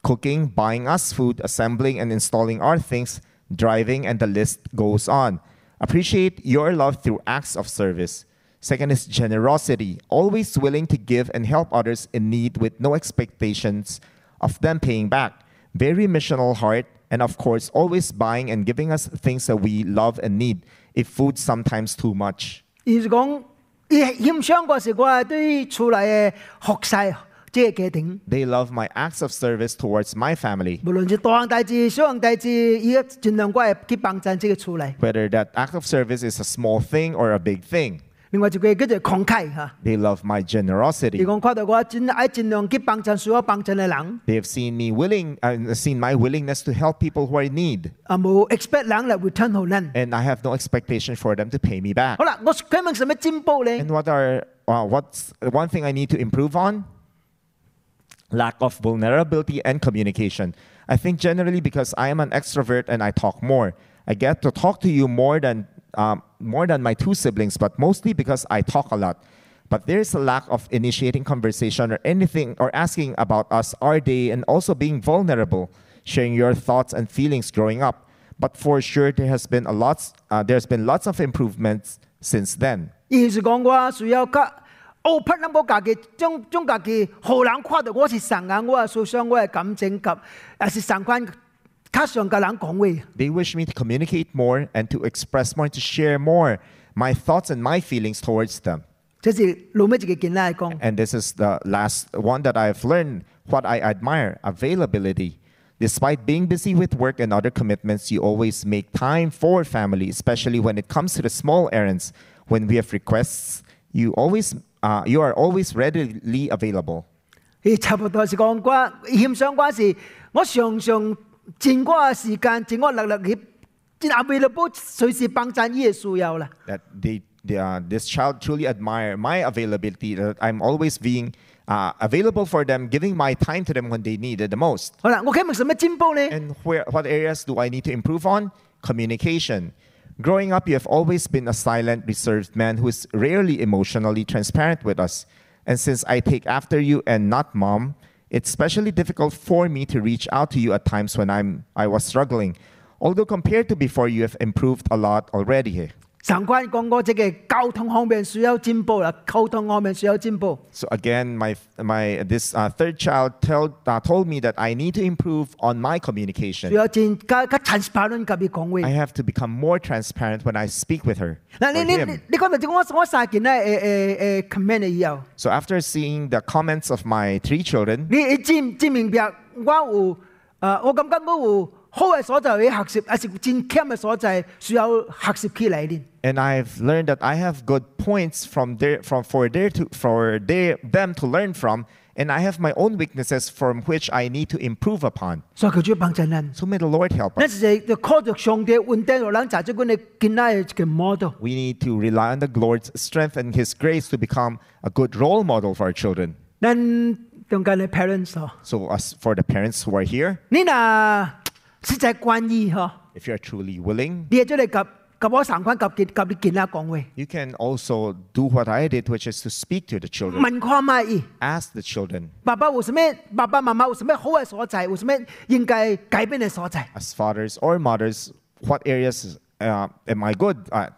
Speaker 2: cooking, buying us food, assembling and installing our things, driving, and the list goes on. Appreciate your love through acts of service. Second is generosity, always willing to give and help others in need with no expectations of them paying back. Very missional heart, and of course, always buying and giving us things that we love and need, if food sometimes too much.
Speaker 1: 意思講，伊欣賞嗰時，我係對厝內嘅學勢，即啊係家庭，
Speaker 2: They love my acts of service towards my family.
Speaker 1: 無論是大項代志、小項代志，伊都盡量我係去幫襯即個厝內。
Speaker 2: Whether that act of service is a small thing or a big thing,
Speaker 1: 另外一個叫做慷慨嚇，
Speaker 2: they love my generosity.
Speaker 1: 伊講看到我盡愛盡量去幫襯需要幫襯嘅人，
Speaker 2: They have seen me willing, uh, seen my willingness to help people who are in need,
Speaker 1: 啊冇 expect 人嚟 return 好人。
Speaker 2: and I have no expectation for them to pay me back.
Speaker 1: 好啦，我佢問什麼進步咧
Speaker 2: And？what are uh, what's one thing I need to improve on? Lack of vulnerability and communication. I think generally because I am an extrovert and I talk more. I get to talk to you more than um, more than my two siblings, but mostly because I talk a lot. But there is a lack of initiating conversation or anything or asking about us, our day, and also being vulnerable, sharing your thoughts and feelings growing up. But for sure, there has been a lots uh, there's been lots of improvements since then.
Speaker 1: 意思講我需要哦較 open 咁個家己，將將家己好人看到我是神眼，我係受傷，我係感情及也是神關，較上甲人講話。
Speaker 2: They wish me to communicate more and to express more, to share more my thoughts and my feelings towards them.
Speaker 1: 这是老尾一个囡仔讲，
Speaker 2: And this is the last one that I've learned what I admire availability. Despite being busy with work and other commitments, you always make time for family, especially when it comes to the small errands. When we have requests, you always uh, you are always readily available.
Speaker 1: 伊差不多是讲我欣赏我是，我常常尽我的时间，尽我力力去，尽阿未了不随时帮衬伊的需要啦。
Speaker 2: that they, they uh, this child truly admire my availability that i'm always being uh, available for them giving my time to them when they need it the most
Speaker 1: 好啦，我希望什么进步呢？
Speaker 2: and where, what areas do i need to improve on communication growing up you have always been a silent reserved man who is rarely emotionally transparent with us and since i take after you and not mom it's especially difficult for me to reach out to you at times when i'm i was struggling although compared to before you have improved a lot already
Speaker 1: 上關講過，即係交通方面需要進步啦，溝通方面需要進步。
Speaker 2: So again, my my this uh, third child told uh, told me that I need to improve on my
Speaker 1: 需
Speaker 2: communication.
Speaker 1: 要真加加 transparent 甲伊講
Speaker 2: I
Speaker 1: 話。
Speaker 2: have to become more transparent when I speak with her.
Speaker 1: 嗱，
Speaker 2: or
Speaker 1: 你你
Speaker 2: him.
Speaker 1: 你你講到即我我三件咧誒誒誒呃 comment 以後，
Speaker 2: So after seeing the comments of my three children,
Speaker 1: 你你真真明白我有誒、呃我感覺我有好嘅所在去學習，還是真欠嘅所在需要學習起來咧。
Speaker 2: and I've learned that I have good points from their from for their to for their them to learn from, and I have my own weaknesses from which I need to improve upon.
Speaker 1: 所以佢就要幫助咱。
Speaker 2: So may the Lord help
Speaker 1: 咱
Speaker 2: us.
Speaker 1: 是就靠着上帝恩典，讓咱做即款嘅囡仔嘅一個 model。
Speaker 2: We need to rely on the Lord's strength and His grace to become a good role model for our children.
Speaker 1: 咱中間嘅 parents 哦，
Speaker 2: So as for the parents who are here,
Speaker 1: 你若實在關意嗬，
Speaker 2: if you are truly willing,
Speaker 1: 你會做嚟甲甲我上款甲佢甲你囡仔講話，
Speaker 2: you can also do what I did, which is to speak to the children,
Speaker 1: 問看賣伊。
Speaker 2: ask the children.
Speaker 1: 爸爸有什么？爸爸妈妈有什么好的所在？有什么应该改变的所在？
Speaker 2: as fathers or mothers, what areas uh, am I good at,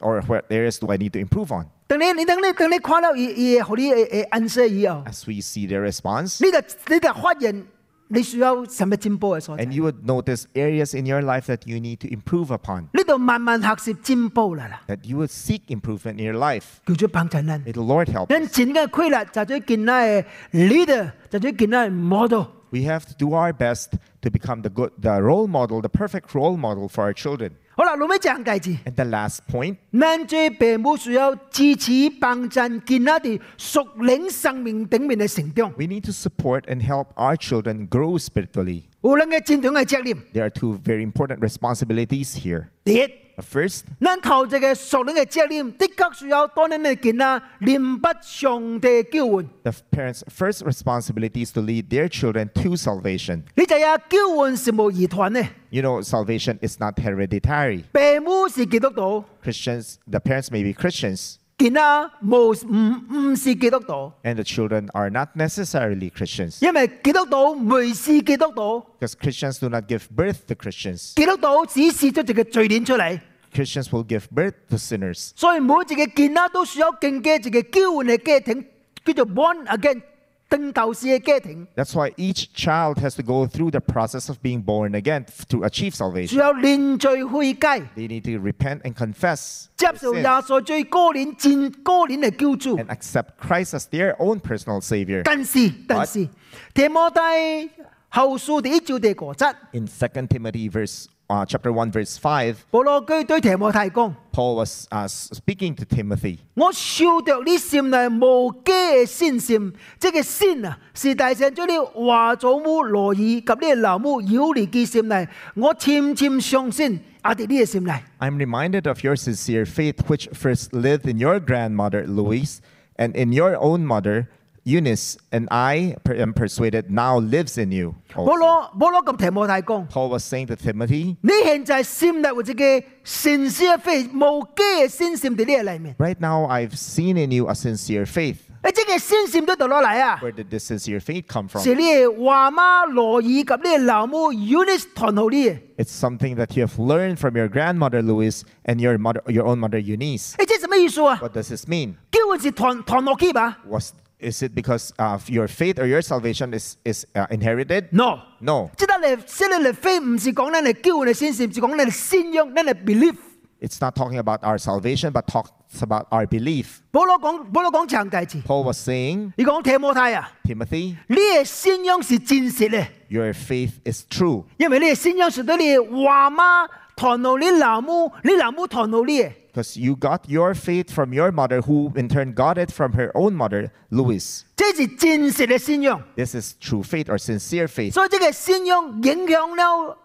Speaker 2: or what areas do I need to improve on?
Speaker 1: 当你你等你等你看到伊伊互你诶诶暗示以后，
Speaker 2: As we see their response,
Speaker 1: 你就你就发现你需要什么进步的所在
Speaker 2: and，you would notice areas in your life that you need to improve upon,
Speaker 1: 你就慢慢学习进步啦啦，
Speaker 2: that you would seek improvement in your life.
Speaker 1: 叫做帮衬人。
Speaker 2: May the Lord help.
Speaker 1: 咱真嘅规律就做囡仔嘅 leader，就做囡仔嘅 model。
Speaker 2: We have to do our best to become the good, the role model, the perfect role model for our children.
Speaker 1: 好啦，老尾一件代志，
Speaker 2: And the last point,
Speaker 1: 咱做父母需要支持帮衬囡仔哋属灵生命顶面嘅成长，
Speaker 2: we need to support and help our children grow spiritually.
Speaker 1: 有两个真重嘅责任。
Speaker 2: There are two very important responsibilities here.
Speaker 1: 第一。
Speaker 2: The first
Speaker 1: 咱头一个属灵嘅责任，的确需要当咱嘅囡仔明白啊上帝救恩。
Speaker 2: The parents' first responsibility is to lead their children to salvation.
Speaker 1: 你就呀救恩是无遗传嘅，
Speaker 2: You know, salvation is not hereditary.
Speaker 1: 父母是基督徒，
Speaker 2: Christians, the parents may be Christians,
Speaker 1: 囡仔无唔唔是基督徒，
Speaker 2: and the children are not necessarily Christians
Speaker 1: 因为基督徒未是基督徒，
Speaker 2: because Christians do not give birth to Christians.
Speaker 1: 基督徒只是咗一个罪孽出嚟，
Speaker 2: Christians will give birth to sinners.
Speaker 1: 所以每一个囡仔都需要经过一个救恩嘅家庭，叫做 born again 登斗士嘅家庭，
Speaker 2: That's why each child has to go through the process of being born again f- to achieve
Speaker 1: 需
Speaker 2: salvation.
Speaker 1: 要认罪悔改，
Speaker 2: They need to repent and confess
Speaker 1: 接
Speaker 2: their
Speaker 1: 受
Speaker 2: sins
Speaker 1: 耶稣最高年战高年嘅救主。
Speaker 2: and accept Christ as their own personal savior.
Speaker 1: 但是但是，提摩太後書第一章第五節，
Speaker 2: In 2 Timothy verse, uh, chapter 1, verse 5,
Speaker 1: 保羅居對提摩太講：
Speaker 2: Paul was uh, s- speaking to Timothy.
Speaker 1: 我笑着你心內無家嘅先善，即係先啊，是大神將你華祖母羅爾及呢個老母擾離嘅心內，我漸漸相信阿哋呢個心內。
Speaker 2: I'm reminded of your sincere faith, which first lived in your grandmother, Louise, and in your own mother, Eunice, and I per- am persuaded now lives in you.
Speaker 1: 保
Speaker 2: Also.
Speaker 1: 羅保羅咁提摩太講：
Speaker 2: Paul was saying to Timothy,
Speaker 1: 你現在心內有一個善善嘅非無家嘅先善喺呢個裏面，
Speaker 2: Right now, I've seen in you a sincere faith.
Speaker 1: 誒，即係先善都度攞嚟啊！
Speaker 2: Where did this sincere faith come
Speaker 1: 是
Speaker 2: from?
Speaker 1: 你嘅華媽羅爾及你嘅老母 Eunice 傳好你嘅，
Speaker 2: It's something that you have learned from your grandmother, Louise, and your, mother, your own mother, Eunice.
Speaker 1: 誒，即係什麼意思啊？
Speaker 2: What does this mean?
Speaker 1: 叫我是傳傳落去吧
Speaker 2: Was, is it because uh, your faith or your salvation is, is uh, inherited?
Speaker 1: ？No，
Speaker 2: No.
Speaker 1: 即係你寫你嚟非唔是講你嚟叫我哋先是，是講你嚟信仰，你嚟 belief。
Speaker 2: It's not talking about our salvation, but talks about our belief.
Speaker 1: 保羅講，保羅講長大字，
Speaker 2: Paul was saying,
Speaker 1: 你講提摩太啊，
Speaker 2: Timothy,
Speaker 1: 你嘅信仰是真實嘅，
Speaker 2: your faith is true
Speaker 1: 因為你嘅信仰是對你嘅華媽傳到你老母，你老母傳到你嘅。
Speaker 2: because you got your faith from your mother, who in turn got it from her own mother, Louis.
Speaker 1: 這是真實嘅信仰，
Speaker 2: This is true faith or sincere faith.
Speaker 1: 所以這個信仰影響了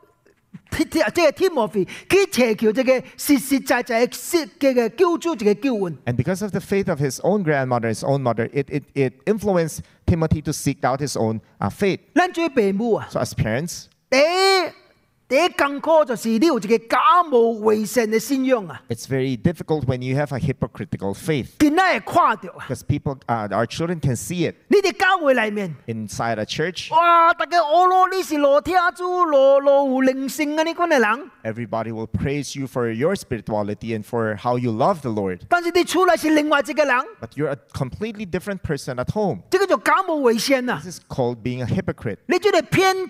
Speaker 1: 即係天和父，佢邪求這個實實在在嘅嘅嘅救主，這個救恩。
Speaker 2: and because of the faith of his own grandmother, his own mother, it, it, it influenced Timothy to seek out his own uh, faith.
Speaker 1: 咱做父母啊，
Speaker 2: So, as parents,
Speaker 1: 第一第一更苛就是你有一個假冒為善嘅信仰啊，
Speaker 2: It's very difficult when you have a hypocritical faith
Speaker 1: 見仔會看到啊！
Speaker 2: because people, uh, our children can see it
Speaker 1: 你哋教會裏面，
Speaker 2: inside a church.
Speaker 1: 哇！大家我攞你是羅天主、羅羅有靈性啊嘅呢款嘅人，
Speaker 2: Everybody will praise you for your spirituality and for how you love the Lord.
Speaker 1: 但是你出嚟是另外一個人，
Speaker 2: But you're a completely different person at home.
Speaker 1: 即叫做假冒為善啊！
Speaker 2: This is called being a hypocrite.
Speaker 1: 你即係騙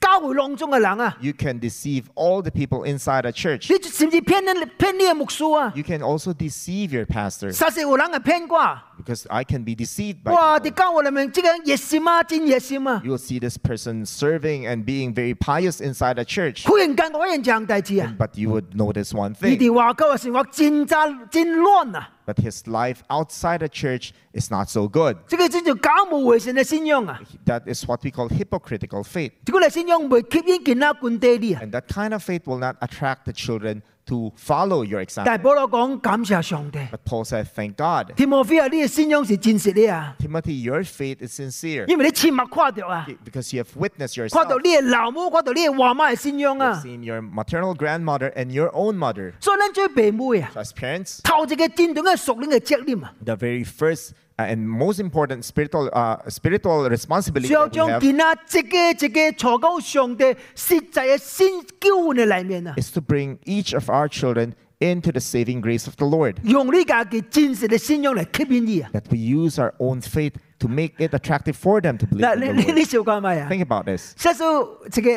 Speaker 1: 教會當中嘅人啊！
Speaker 2: You can deceive all the people inside a church.
Speaker 1: 你甚至騙你騙你嘅牧師啊！
Speaker 2: You can also deceive your pastor
Speaker 1: 實實有人係騙我。
Speaker 2: because I can be deceived by
Speaker 1: 哇！
Speaker 2: people.
Speaker 1: 啲教會裏面即係熱心啊，真熱心啊！
Speaker 2: You will see this person serving and being very pious inside a church.
Speaker 1: 忽然間嗰樣樣大事啊！
Speaker 2: But you would notice one
Speaker 1: 你
Speaker 2: thing
Speaker 1: 哋話佢話成話戰爭戰亂啊！
Speaker 2: but his life outside a church is not so good.
Speaker 1: 即係叫做假冒為善嘅信仰啊！
Speaker 2: That is what we call hypocritical faith.
Speaker 1: 即係信仰未吸引見啊灌地啲啊！
Speaker 2: And that kind of faith will not attract the children to follow your
Speaker 1: 但
Speaker 2: example.
Speaker 1: 係保羅講感謝上帝。
Speaker 2: But Paul said, Thank God.
Speaker 1: 提摩非啊，呢個信仰是真實嘅啊，
Speaker 2: Timothy, your faith is sincere
Speaker 1: 因為你切莫誇張啊，
Speaker 2: because you have witnessed
Speaker 1: 誇
Speaker 2: yourself.
Speaker 1: 張呢個老母，誇張呢個話媽嘅信仰
Speaker 2: You've
Speaker 1: 啊。
Speaker 2: seen your maternal grandmother and your own mother.
Speaker 1: 所以咱做父母啊，
Speaker 2: So as parents,
Speaker 1: 頭一個戰斷嘅熟練嘅責任啊，
Speaker 2: the very first uh, and most important spiritual uh, spiritual responsibility
Speaker 1: 需要
Speaker 2: that we
Speaker 1: 將
Speaker 2: have
Speaker 1: 見啊一個一個坐到上帝實際嘅新救恩嘅裏面啊。
Speaker 2: is to bring each of our children into the saving grace of the Lord.
Speaker 1: 用呢家嘅真實嘅信仰嚟吸引你啊！
Speaker 2: That we use our own faith to make it attractive for them to believe
Speaker 1: 嗱，
Speaker 2: in
Speaker 1: 你你
Speaker 2: the Lord.
Speaker 1: 你笑講咪啊？
Speaker 2: Think about this.
Speaker 1: 即係即個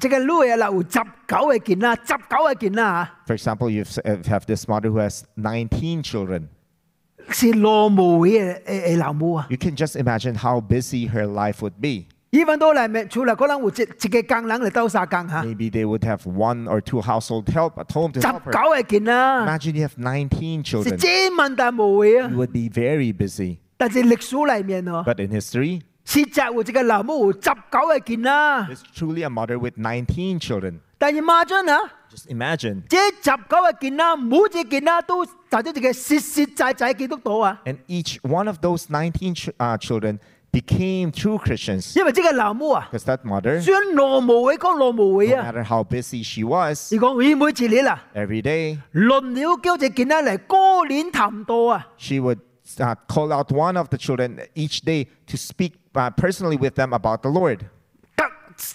Speaker 1: 即個女嘅啦，有十九嘅件啦，十九嘅件啦
Speaker 2: For example, you have this mother who has 19 children.
Speaker 1: 嚇，是羅母嘅誒誒老母啊！
Speaker 2: You can just imagine how busy her life would be.
Speaker 1: 依份到嚟咪，除嚟可能有一一個工人嚟兜沙工嚇，
Speaker 2: Maybe they would have one or two household help at home to
Speaker 1: 十
Speaker 2: help
Speaker 1: 九
Speaker 2: her.
Speaker 1: 嘅件啦，
Speaker 2: Imagine you have 19
Speaker 1: 是
Speaker 2: children.
Speaker 1: 這問題無嘅啊
Speaker 2: You！would be very busy.
Speaker 1: 但是歷史裡面哦，
Speaker 2: But in history,
Speaker 1: 實際有一個老母有十九嘅件啦，
Speaker 2: there's truly a mother with 19 children.
Speaker 1: 但係媽準啊，
Speaker 2: Just imagine.
Speaker 1: 這十九嘅件啦，每一件啦都達到一個實實在在嘅基督徒啊！
Speaker 2: And each one of those 19 ch- uh, children became true Christians.
Speaker 1: 因為這個老母啊，
Speaker 2: Because that mother,
Speaker 1: 雖然羅無偉講羅無
Speaker 2: no
Speaker 1: 偉啊，
Speaker 2: matter how busy she was,
Speaker 1: 是講佢每次嚟啦，
Speaker 2: every day
Speaker 1: 輪流叫隻囡仔嚟高年談道啊，
Speaker 2: she would uh, call out one of the children each day to speak uh, personally with them about the Lord.
Speaker 1: 特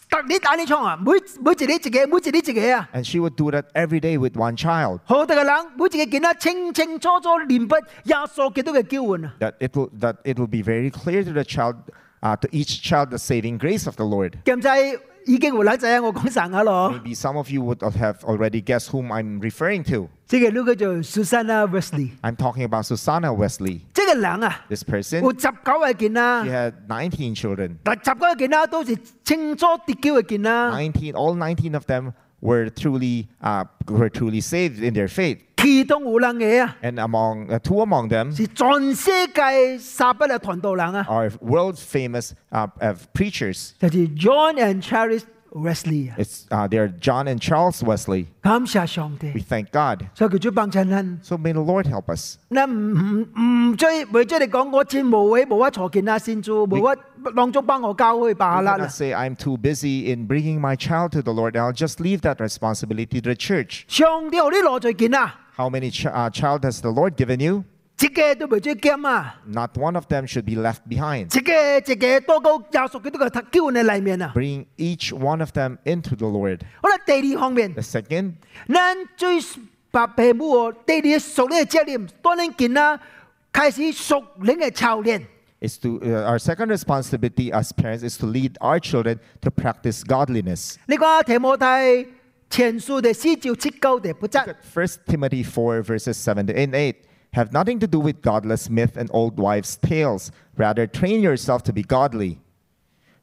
Speaker 1: 特你打你窗啊，每每一日一個，每一日一個啊。
Speaker 2: And she would do that every day with one child.
Speaker 1: 好大嘅人，每一個囡仔清清楚楚念筆耶穌基督嘅救恩啊！
Speaker 2: That it will that it will be very clear to the child, uh, to each child, the saving grace of the Lord.
Speaker 1: 咁仔已經回嚟仔啊，我講神啊咯，
Speaker 2: Maybe some of you would have already guessed whom I'm referring to.
Speaker 1: 即係呢個叫做 Susanna Wesley，
Speaker 2: I'm talking about Susanna Wesley.
Speaker 1: 即係人啊，
Speaker 2: This
Speaker 1: 有
Speaker 2: person,
Speaker 1: 十九個囡
Speaker 2: she
Speaker 1: 仔，
Speaker 2: had 19 children.
Speaker 1: 但十九個囡仔都是清楚得救嘅囡仔，
Speaker 2: 19, all 19 of them were truly uh, were truly saved in their faith.
Speaker 1: 其中有人嘅啊。
Speaker 2: And among uh, two among them
Speaker 1: 是全世界三百嘅傳道人啊，
Speaker 2: are world famous uh, uh, preachers.
Speaker 1: 就是 John and Charles Wesley 啊，
Speaker 2: It's uh, they're John and Charles Wesley.
Speaker 1: 感謝上
Speaker 2: We
Speaker 1: 帝，
Speaker 2: thank God.
Speaker 1: 所以叫主幫襯咱，
Speaker 2: So may the Lord help us.
Speaker 1: 咱唔唔唔追，唔追你講我錢無位無法坐見啊，先做無法當中幫我交去罷
Speaker 2: You
Speaker 1: 啦
Speaker 2: cannot。say I'm too busy in bringing my child to the Lord. I'll just leave that responsibility to the church.
Speaker 1: 上帝學你攞罪見啊，
Speaker 2: How many ch- uh, child has the Lord given you?
Speaker 1: 一個都唔追減啊，
Speaker 2: Not one of them should be left behind.
Speaker 1: 一個一個多到耶穌基督嘅救恩嘅裏面啊。
Speaker 2: Bring each one of them into the Lord.
Speaker 1: 好啦，第二方面
Speaker 2: The，second
Speaker 1: 咱最白父母哦，第二熟練嘅責任，當然見啊，開始熟練嘅操練。
Speaker 2: is to uh, our second responsibility as parents is to lead our children to practice godliness.
Speaker 1: 你看提摩太前书第四章七九第八節，
Speaker 2: First Timothy 4 verses 7 to 8 have nothing to do with godless myth and old wives' tales. Rather, train yourself to be godly.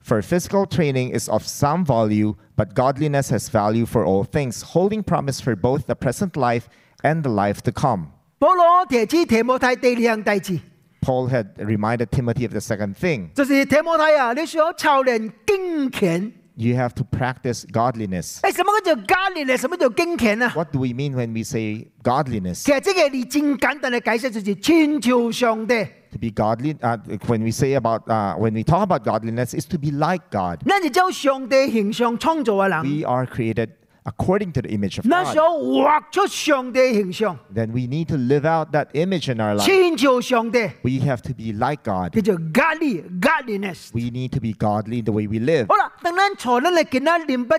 Speaker 2: For physical training is of some value, but godliness has value for all things, holding promise for both the present life and the life to come.
Speaker 1: 保羅提起提摩太第二項大事，
Speaker 2: Paul had reminded Timothy of the second thing
Speaker 1: 就是提摩太啊，你需要操練敬虔。
Speaker 2: you have to practice godliness.
Speaker 1: 哎誒，什麼叫加練呢？什麼叫敬虔啊？
Speaker 2: What do we mean when we say godliness?
Speaker 1: 其實這個你真簡單的解釋就是尋求上帝，
Speaker 2: To be godly, uh, when we say about, uh, when we talk about godliness, is to be like God.
Speaker 1: 咱是照上帝形象創造嘅人，
Speaker 2: We are created according to the image of
Speaker 1: 咱想
Speaker 2: God.
Speaker 1: 活出上帝形象，
Speaker 2: Then we need to live out that image in our life.
Speaker 1: 遷就上帝，
Speaker 2: We have to be like God.
Speaker 1: 叫做 godly godliness。
Speaker 2: We need to be godly in the way we live.
Speaker 1: 好啦，等咱坐咱嘅囡仔念筆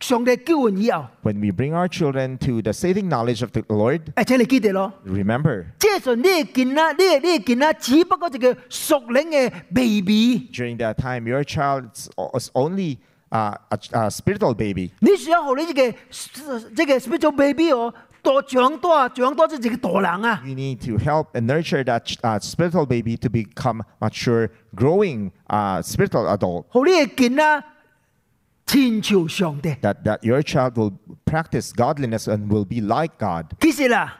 Speaker 1: 上帝救恩以後，
Speaker 2: When we bring our children to the saving knowledge of the Lord,
Speaker 1: 誒請你記得咯。
Speaker 2: remember,
Speaker 1: 即係你嘅囡仔，你嘅你嘅囡仔，只不過一個熟齡嘅 baby，
Speaker 2: during that time, your child is o- is only uh, a, a spiritual baby.
Speaker 1: 你需要學你呢個即個 special baby 哦，到長大長大即係一個大人啊。
Speaker 2: You need to help and nurture that ch- uh, spiritual baby to become mature, growing uh, spiritual adult.
Speaker 1: 學你嘅囡仔千朝上帝。
Speaker 2: That, that your child will practice godliness and will be like God.
Speaker 1: 其實啦，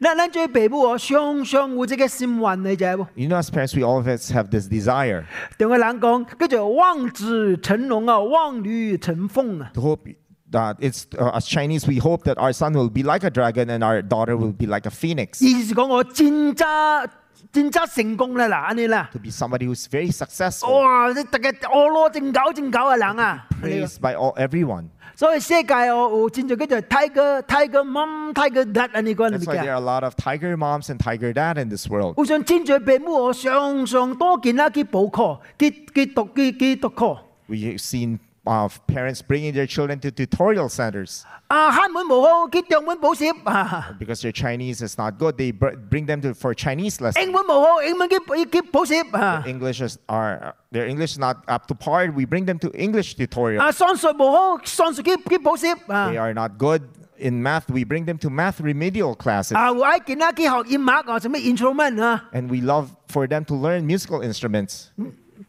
Speaker 1: 咱咱做父母哦，常常有即個心願你知無？
Speaker 2: You know, as parents, we all of us have this desire
Speaker 1: 同個人講，叫做望子成龍啊，望女成鳳啊。
Speaker 2: to hope that it's, uh, as Chinese, we hope that our son will be like a dragon and our daughter will be like a phoenix.
Speaker 1: 意思是講我真扎真扎成功啦啦，安尼啦。
Speaker 2: To be somebody who's very successful,
Speaker 1: 哇！你大家哦我攞正九正九嘅人啊，
Speaker 2: praised by all everyone.
Speaker 1: 所以世界哦有真就叫做 tiger tiger mom tiger dad 啊，你講你
Speaker 2: That's why
Speaker 1: 記
Speaker 2: there are
Speaker 1: 啊？
Speaker 2: a lot of tiger moms and tiger dad in this world.
Speaker 1: 我想真侪父母哦，常常多見啦，去補課，去去讀去去讀課。
Speaker 2: We've seen uh, parents bringing their children to tutorial centers
Speaker 1: 啊，漢文無好，去中文補習啊；
Speaker 2: because their Chinese is not good. They br- bring them to for Chinese lessons.
Speaker 1: 英文無好，英文去去補習啊；
Speaker 2: English is are their English is not up to par. We bring them to English tutorial.
Speaker 1: 啊，算術無好，算術去去補習
Speaker 2: They
Speaker 1: 啊；
Speaker 2: are not good in math. We bring them to math remedial classes,
Speaker 1: 啊，有愛見啦，去學音樂啊，什麼 instrument 啊，
Speaker 2: and we love for them to learn musical instruments.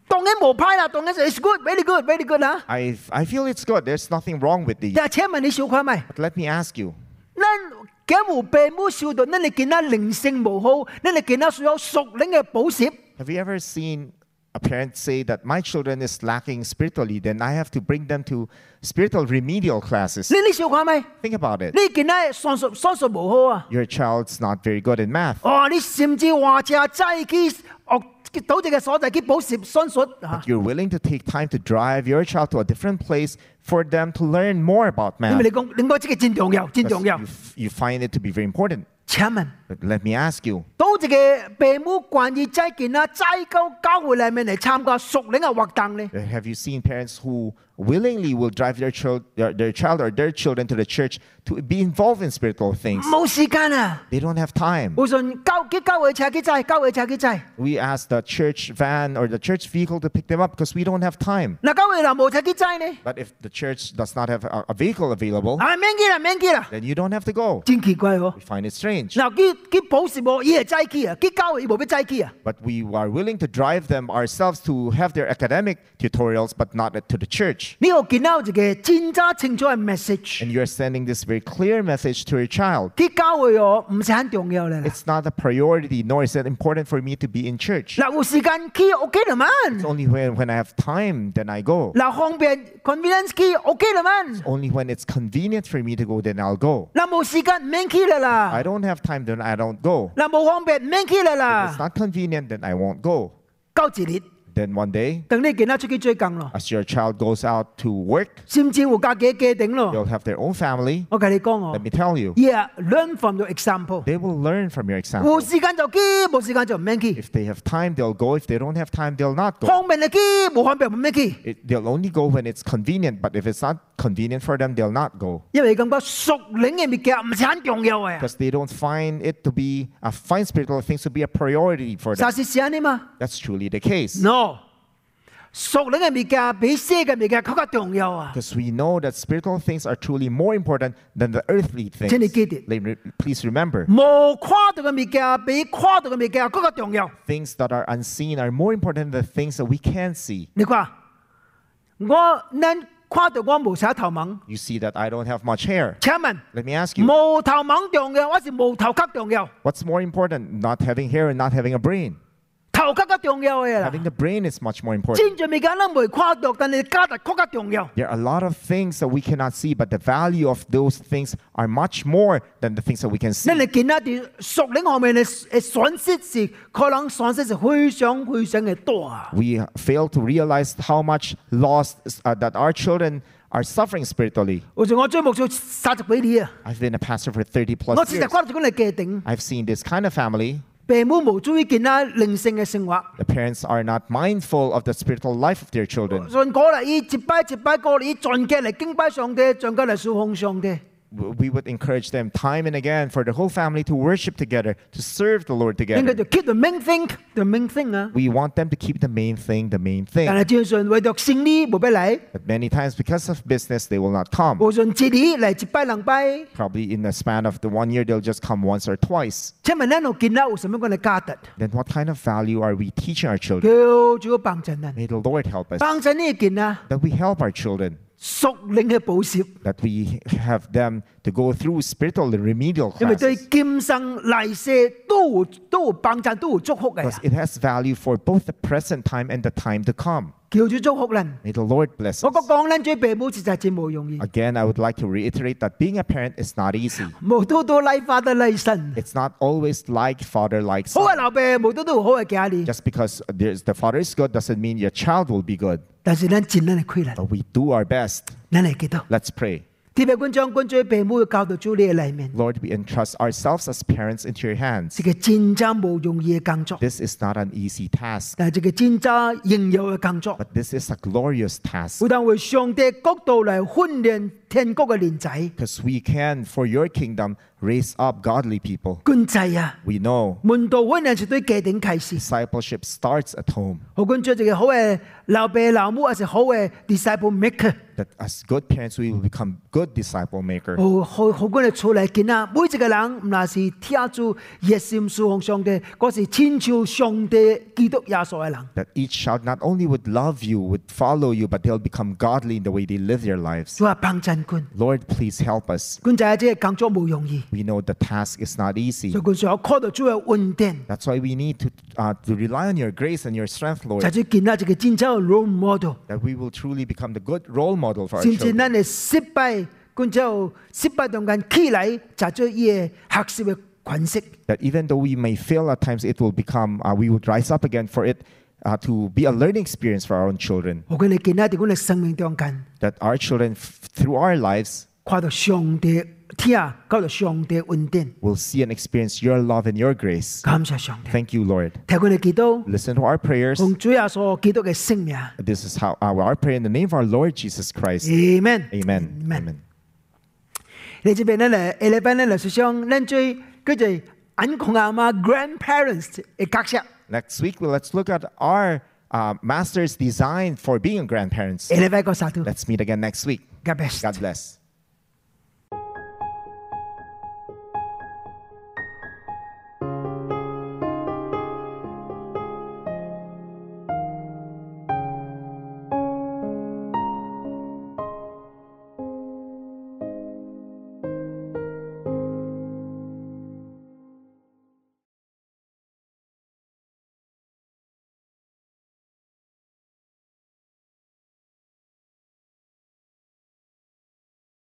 Speaker 1: 當然無歹啦，當然是 it's good, very good, very good Dạ, 啊。
Speaker 2: I I feel it's good. There's nothing wrong with these.
Speaker 1: 但請問你小看咪？
Speaker 2: But let me ask you.
Speaker 1: 咱假如父母受到咱哋囡仔靈性無好，咱哋囡仔需要熟齡嘅補習，
Speaker 2: Have you ever seen a parent say that my children is lacking spiritually, then I have to bring them to spiritual remedial classes?
Speaker 1: 你你想看咪？
Speaker 2: Think about it.
Speaker 1: 你囡仔算術算術無好啊！
Speaker 2: Your child's not very good in math.
Speaker 1: 哦，你甚至話者再去學到一個所在去補習算術啊！
Speaker 2: You're willing to take time to drive your child to a different place for them to learn more about
Speaker 1: 因
Speaker 2: math.
Speaker 1: 為你講，你講呢個真重要，真
Speaker 2: because
Speaker 1: 重要
Speaker 2: You,。f- you find it to be very important.
Speaker 1: 請問，
Speaker 2: But let me ask you
Speaker 1: 到一個父母關於仔囡仔再到教會裏面嚟參加熟齡嘅活動呢？
Speaker 2: uh, have you seen parents who willingly will drive their child, their, their child or their children to the church to be involved in spiritual things?
Speaker 1: 冇時間啊！
Speaker 2: They don't have time.
Speaker 1: 我信教去教會車去載，教會車去載。
Speaker 2: we ask the church van or the church vehicle to pick them up because we don't have time.
Speaker 1: 嗱，教會人冇車去載呢？
Speaker 2: But if the church does not have a, a vehicle available,
Speaker 1: 啊，免去啦，免去啦，
Speaker 2: then you don't have to go.
Speaker 1: 真奇怪哦喎！
Speaker 2: We find it strange.
Speaker 1: 嗱，佢佢保時無，伊係齋去啊，佢教會伊無必齋去啊。
Speaker 2: But we are willing to drive them ourselves to have their academic tutorials, but not to the church.
Speaker 1: 呢個見到一個真真清楚嘅 message，
Speaker 2: And you're sending this very clear message to your child.
Speaker 1: 佢教會哦唔是很重要咧啦。
Speaker 2: It's not a priority, nor is it important for me to be in church.
Speaker 1: 嗱，有時間去 OK 啦嘛。
Speaker 2: It's only when, when I have time, then I go.
Speaker 1: 嗱，方便 convenience 去 OK 啦嘛。
Speaker 2: Only when it's convenient for me to go, then I'll go.
Speaker 1: 嗱，冇時間唔免去啦
Speaker 2: I
Speaker 1: 啦。
Speaker 2: don't have time, then I don't go.
Speaker 1: 嗱，冇方便唔免去啦
Speaker 2: If it's
Speaker 1: 啦。
Speaker 2: not convenient, then I won't go.
Speaker 1: 交一日，
Speaker 2: Then one day,
Speaker 1: 等你見到出去追更咯，
Speaker 2: as your child goes out to work,
Speaker 1: 甚至有家己嘅家庭咯。
Speaker 2: they'll have their own family.
Speaker 1: 我同你講哦
Speaker 2: Let me tell you,
Speaker 1: Ah. ，Yeah, learn from your example。
Speaker 2: they will learn from your
Speaker 1: 有
Speaker 2: example.
Speaker 1: 時間就去，冇時間就唔免去。
Speaker 2: If they have time, they'll go. If they don't have time, they'll not go.
Speaker 1: 方便就去，冇方便唔免去。
Speaker 2: It, they'll only go when it's convenient, but if it's not convenient for them, they'll not go.
Speaker 1: 因為感覺熟領嘅物件唔是很重要嘅，
Speaker 2: Because they don't find it to be, uh, find spiritual things to be a priority for
Speaker 1: 實
Speaker 2: them.
Speaker 1: 事是安尼嘛
Speaker 2: That's truly the case.
Speaker 1: ？No，熟領嘅物件比世嘅物件更加重要啊！
Speaker 2: Because we know that spiritual things are truly more important than the earthly things.
Speaker 1: Jenny, get it.
Speaker 2: Let me- Please remember,
Speaker 1: 無跨度嘅物件比跨度嘅物件更加重要。
Speaker 2: things that are unseen are more important than the things that we can see.
Speaker 1: 你看，我恁跨度我無啥頭毛，
Speaker 2: You see that I don't have much hair.
Speaker 1: 請問
Speaker 2: Let me ask you,
Speaker 1: 無頭毛重要還是無頭殼重要？
Speaker 2: what's more important, not having hair and not having a brain?
Speaker 1: 頭頭殼較重要嘅啦。
Speaker 2: Having the brain is much more important.
Speaker 1: 戰術未簡單，未跨度，但係加特確較重要。
Speaker 2: There are a lot of things that we cannot see, but the value of those things are much more than the things that we can
Speaker 1: 你
Speaker 2: see.
Speaker 1: 哋見一段熟領方面嘅誒損失是可能損失是非常非常嘅多啊！
Speaker 2: We fail to realize how much loss uh, that our children are suffering spiritually.
Speaker 1: 好似我追牧咗三十幾年啊，
Speaker 2: I've been a pastor for 30
Speaker 1: 我
Speaker 2: plus
Speaker 1: 事實
Speaker 2: years.
Speaker 1: 跨度講嚟界定，
Speaker 2: I've seen this kind of family.
Speaker 1: 父母無足以見啦靈性嘅生活。
Speaker 2: The parents are not mindful of the spiritual life of their children.
Speaker 1: 信果嚟，以接拜接拜過嚟，以盡嘅嚟敬拜上帝，盡嘅嚟侍奉上帝。
Speaker 2: W- We would encourage them time and again for the whole family to worship together, to serve the Lord
Speaker 1: 應該
Speaker 2: together.
Speaker 1: 就 keep the main thing，the main thing 啊。
Speaker 2: We want them to keep the main thing, the main
Speaker 1: 但
Speaker 2: thing.
Speaker 1: 係正信為着勝利冇俾嚟，
Speaker 2: But many times, because of business, they will not come.
Speaker 1: 無信徹底嚟接拜兩拜。
Speaker 2: probably in the span of the one year they'll just come once or twice
Speaker 1: 請問呢度見到有什麼樣嘅價值？
Speaker 2: then what kind of value are we teaching our children
Speaker 1: 叫做幫襯人。
Speaker 2: may the lord help us
Speaker 1: 幫襯啊呢件啊，
Speaker 2: that we help our children
Speaker 1: 屬靈嘅補攝，
Speaker 2: that we have them to go through spiritual remedial
Speaker 1: 因為對
Speaker 2: classes
Speaker 1: 今生嚟世都有都有幫襯，都有祝福嘅
Speaker 2: because
Speaker 1: 啊。
Speaker 2: it has value for both the present time and the time to come
Speaker 1: 叫做祝福人。
Speaker 2: may the lord bless
Speaker 1: 我
Speaker 2: us
Speaker 1: 覺講咧，最父母實在真冇容易，
Speaker 2: again i would like to reiterate that being a parent is not easy
Speaker 1: 無多多禮花得禮神。
Speaker 2: it's not always like father like
Speaker 1: 好啊嘅
Speaker 2: son
Speaker 1: 老爸，無多多好嘅家你，
Speaker 2: just because there's, the father is good doesn't mean your child will be good
Speaker 1: 但是咱盡咱嘅虧難，
Speaker 2: but we do our best
Speaker 1: 咱嚟幾多？
Speaker 2: let's pray
Speaker 1: 特別君將軍最父母嘅教導主你嘅裡面，
Speaker 2: Lord, we entrust ourselves as parents into your hands.
Speaker 1: 是個真正冇容易嘅工作，
Speaker 2: This is not an easy task,
Speaker 1: 但係個真正應有嘅工作。
Speaker 2: but this is a glorious task
Speaker 1: 每當為上帝角度嚟訓練天國嘅年仔，
Speaker 2: because we can, for your kingdom, raise up godly people.
Speaker 1: 君仔啊！
Speaker 2: We know
Speaker 1: 門徒訓練是對家庭啟示，
Speaker 2: discipleship starts at home,
Speaker 1: 好管做一個好嘅老爸老母，還是好嘅 disciple maker。
Speaker 2: that as good parents, we will become good disciple maker.
Speaker 1: 好好好管嘅出嚟見啊！每一個人唔那是聽住熱心侍奉上帝，嗰是千照上帝基督耶穌嘅人。
Speaker 2: That each child not only would love you, would follow you, but they'll become godly in the way they live their lives.
Speaker 1: 主啊，幫襯君，
Speaker 2: Lord, please help us.
Speaker 1: 君仔即係工作冇容易，
Speaker 2: We know the task is not easy.
Speaker 1: 所以君上 call 到主嘅恩典，
Speaker 2: That's why we need to, uh, to rely on your grace and your strength, Lord.
Speaker 1: 就係見到一個真正嘅 role model，
Speaker 2: that we will truly become the good role model for our
Speaker 1: 甚至
Speaker 2: children.
Speaker 1: 咱嘅失敗，君就失敗中間起嚟，就做伊嘅學習嘅款式。
Speaker 2: That even though we may fail at times, it will become, uh, we would rise up again for it uh, to be a learning experience for our own children.
Speaker 1: 我佢哋見到喺我哋生命中間。
Speaker 2: That our children, f- through our lives,
Speaker 1: 跨到上帝天啊，交到上帝恩典，
Speaker 2: will see and experience your love and your grace.
Speaker 1: 感謝上帝。
Speaker 2: Thank you, Lord.
Speaker 1: 聽佢哋祈禱，
Speaker 2: Listen to our prayers.
Speaker 1: 同主耶穌基督嘅聖名。
Speaker 2: This is how our, our prayer in the name of our Lord Jesus Christ.
Speaker 1: Amen。
Speaker 2: Amen. Amen.
Speaker 1: 你這邊呢嚟，下禮拜呢嚟思想，咱最佢就眼孔阿媽 grandparents 嘅角色。下
Speaker 2: Next week, well, let's look at our uh, master's design for being grandparents.
Speaker 1: 禮拜個沙土，
Speaker 2: Let's meet again next week.
Speaker 1: God bless。
Speaker 2: God bless.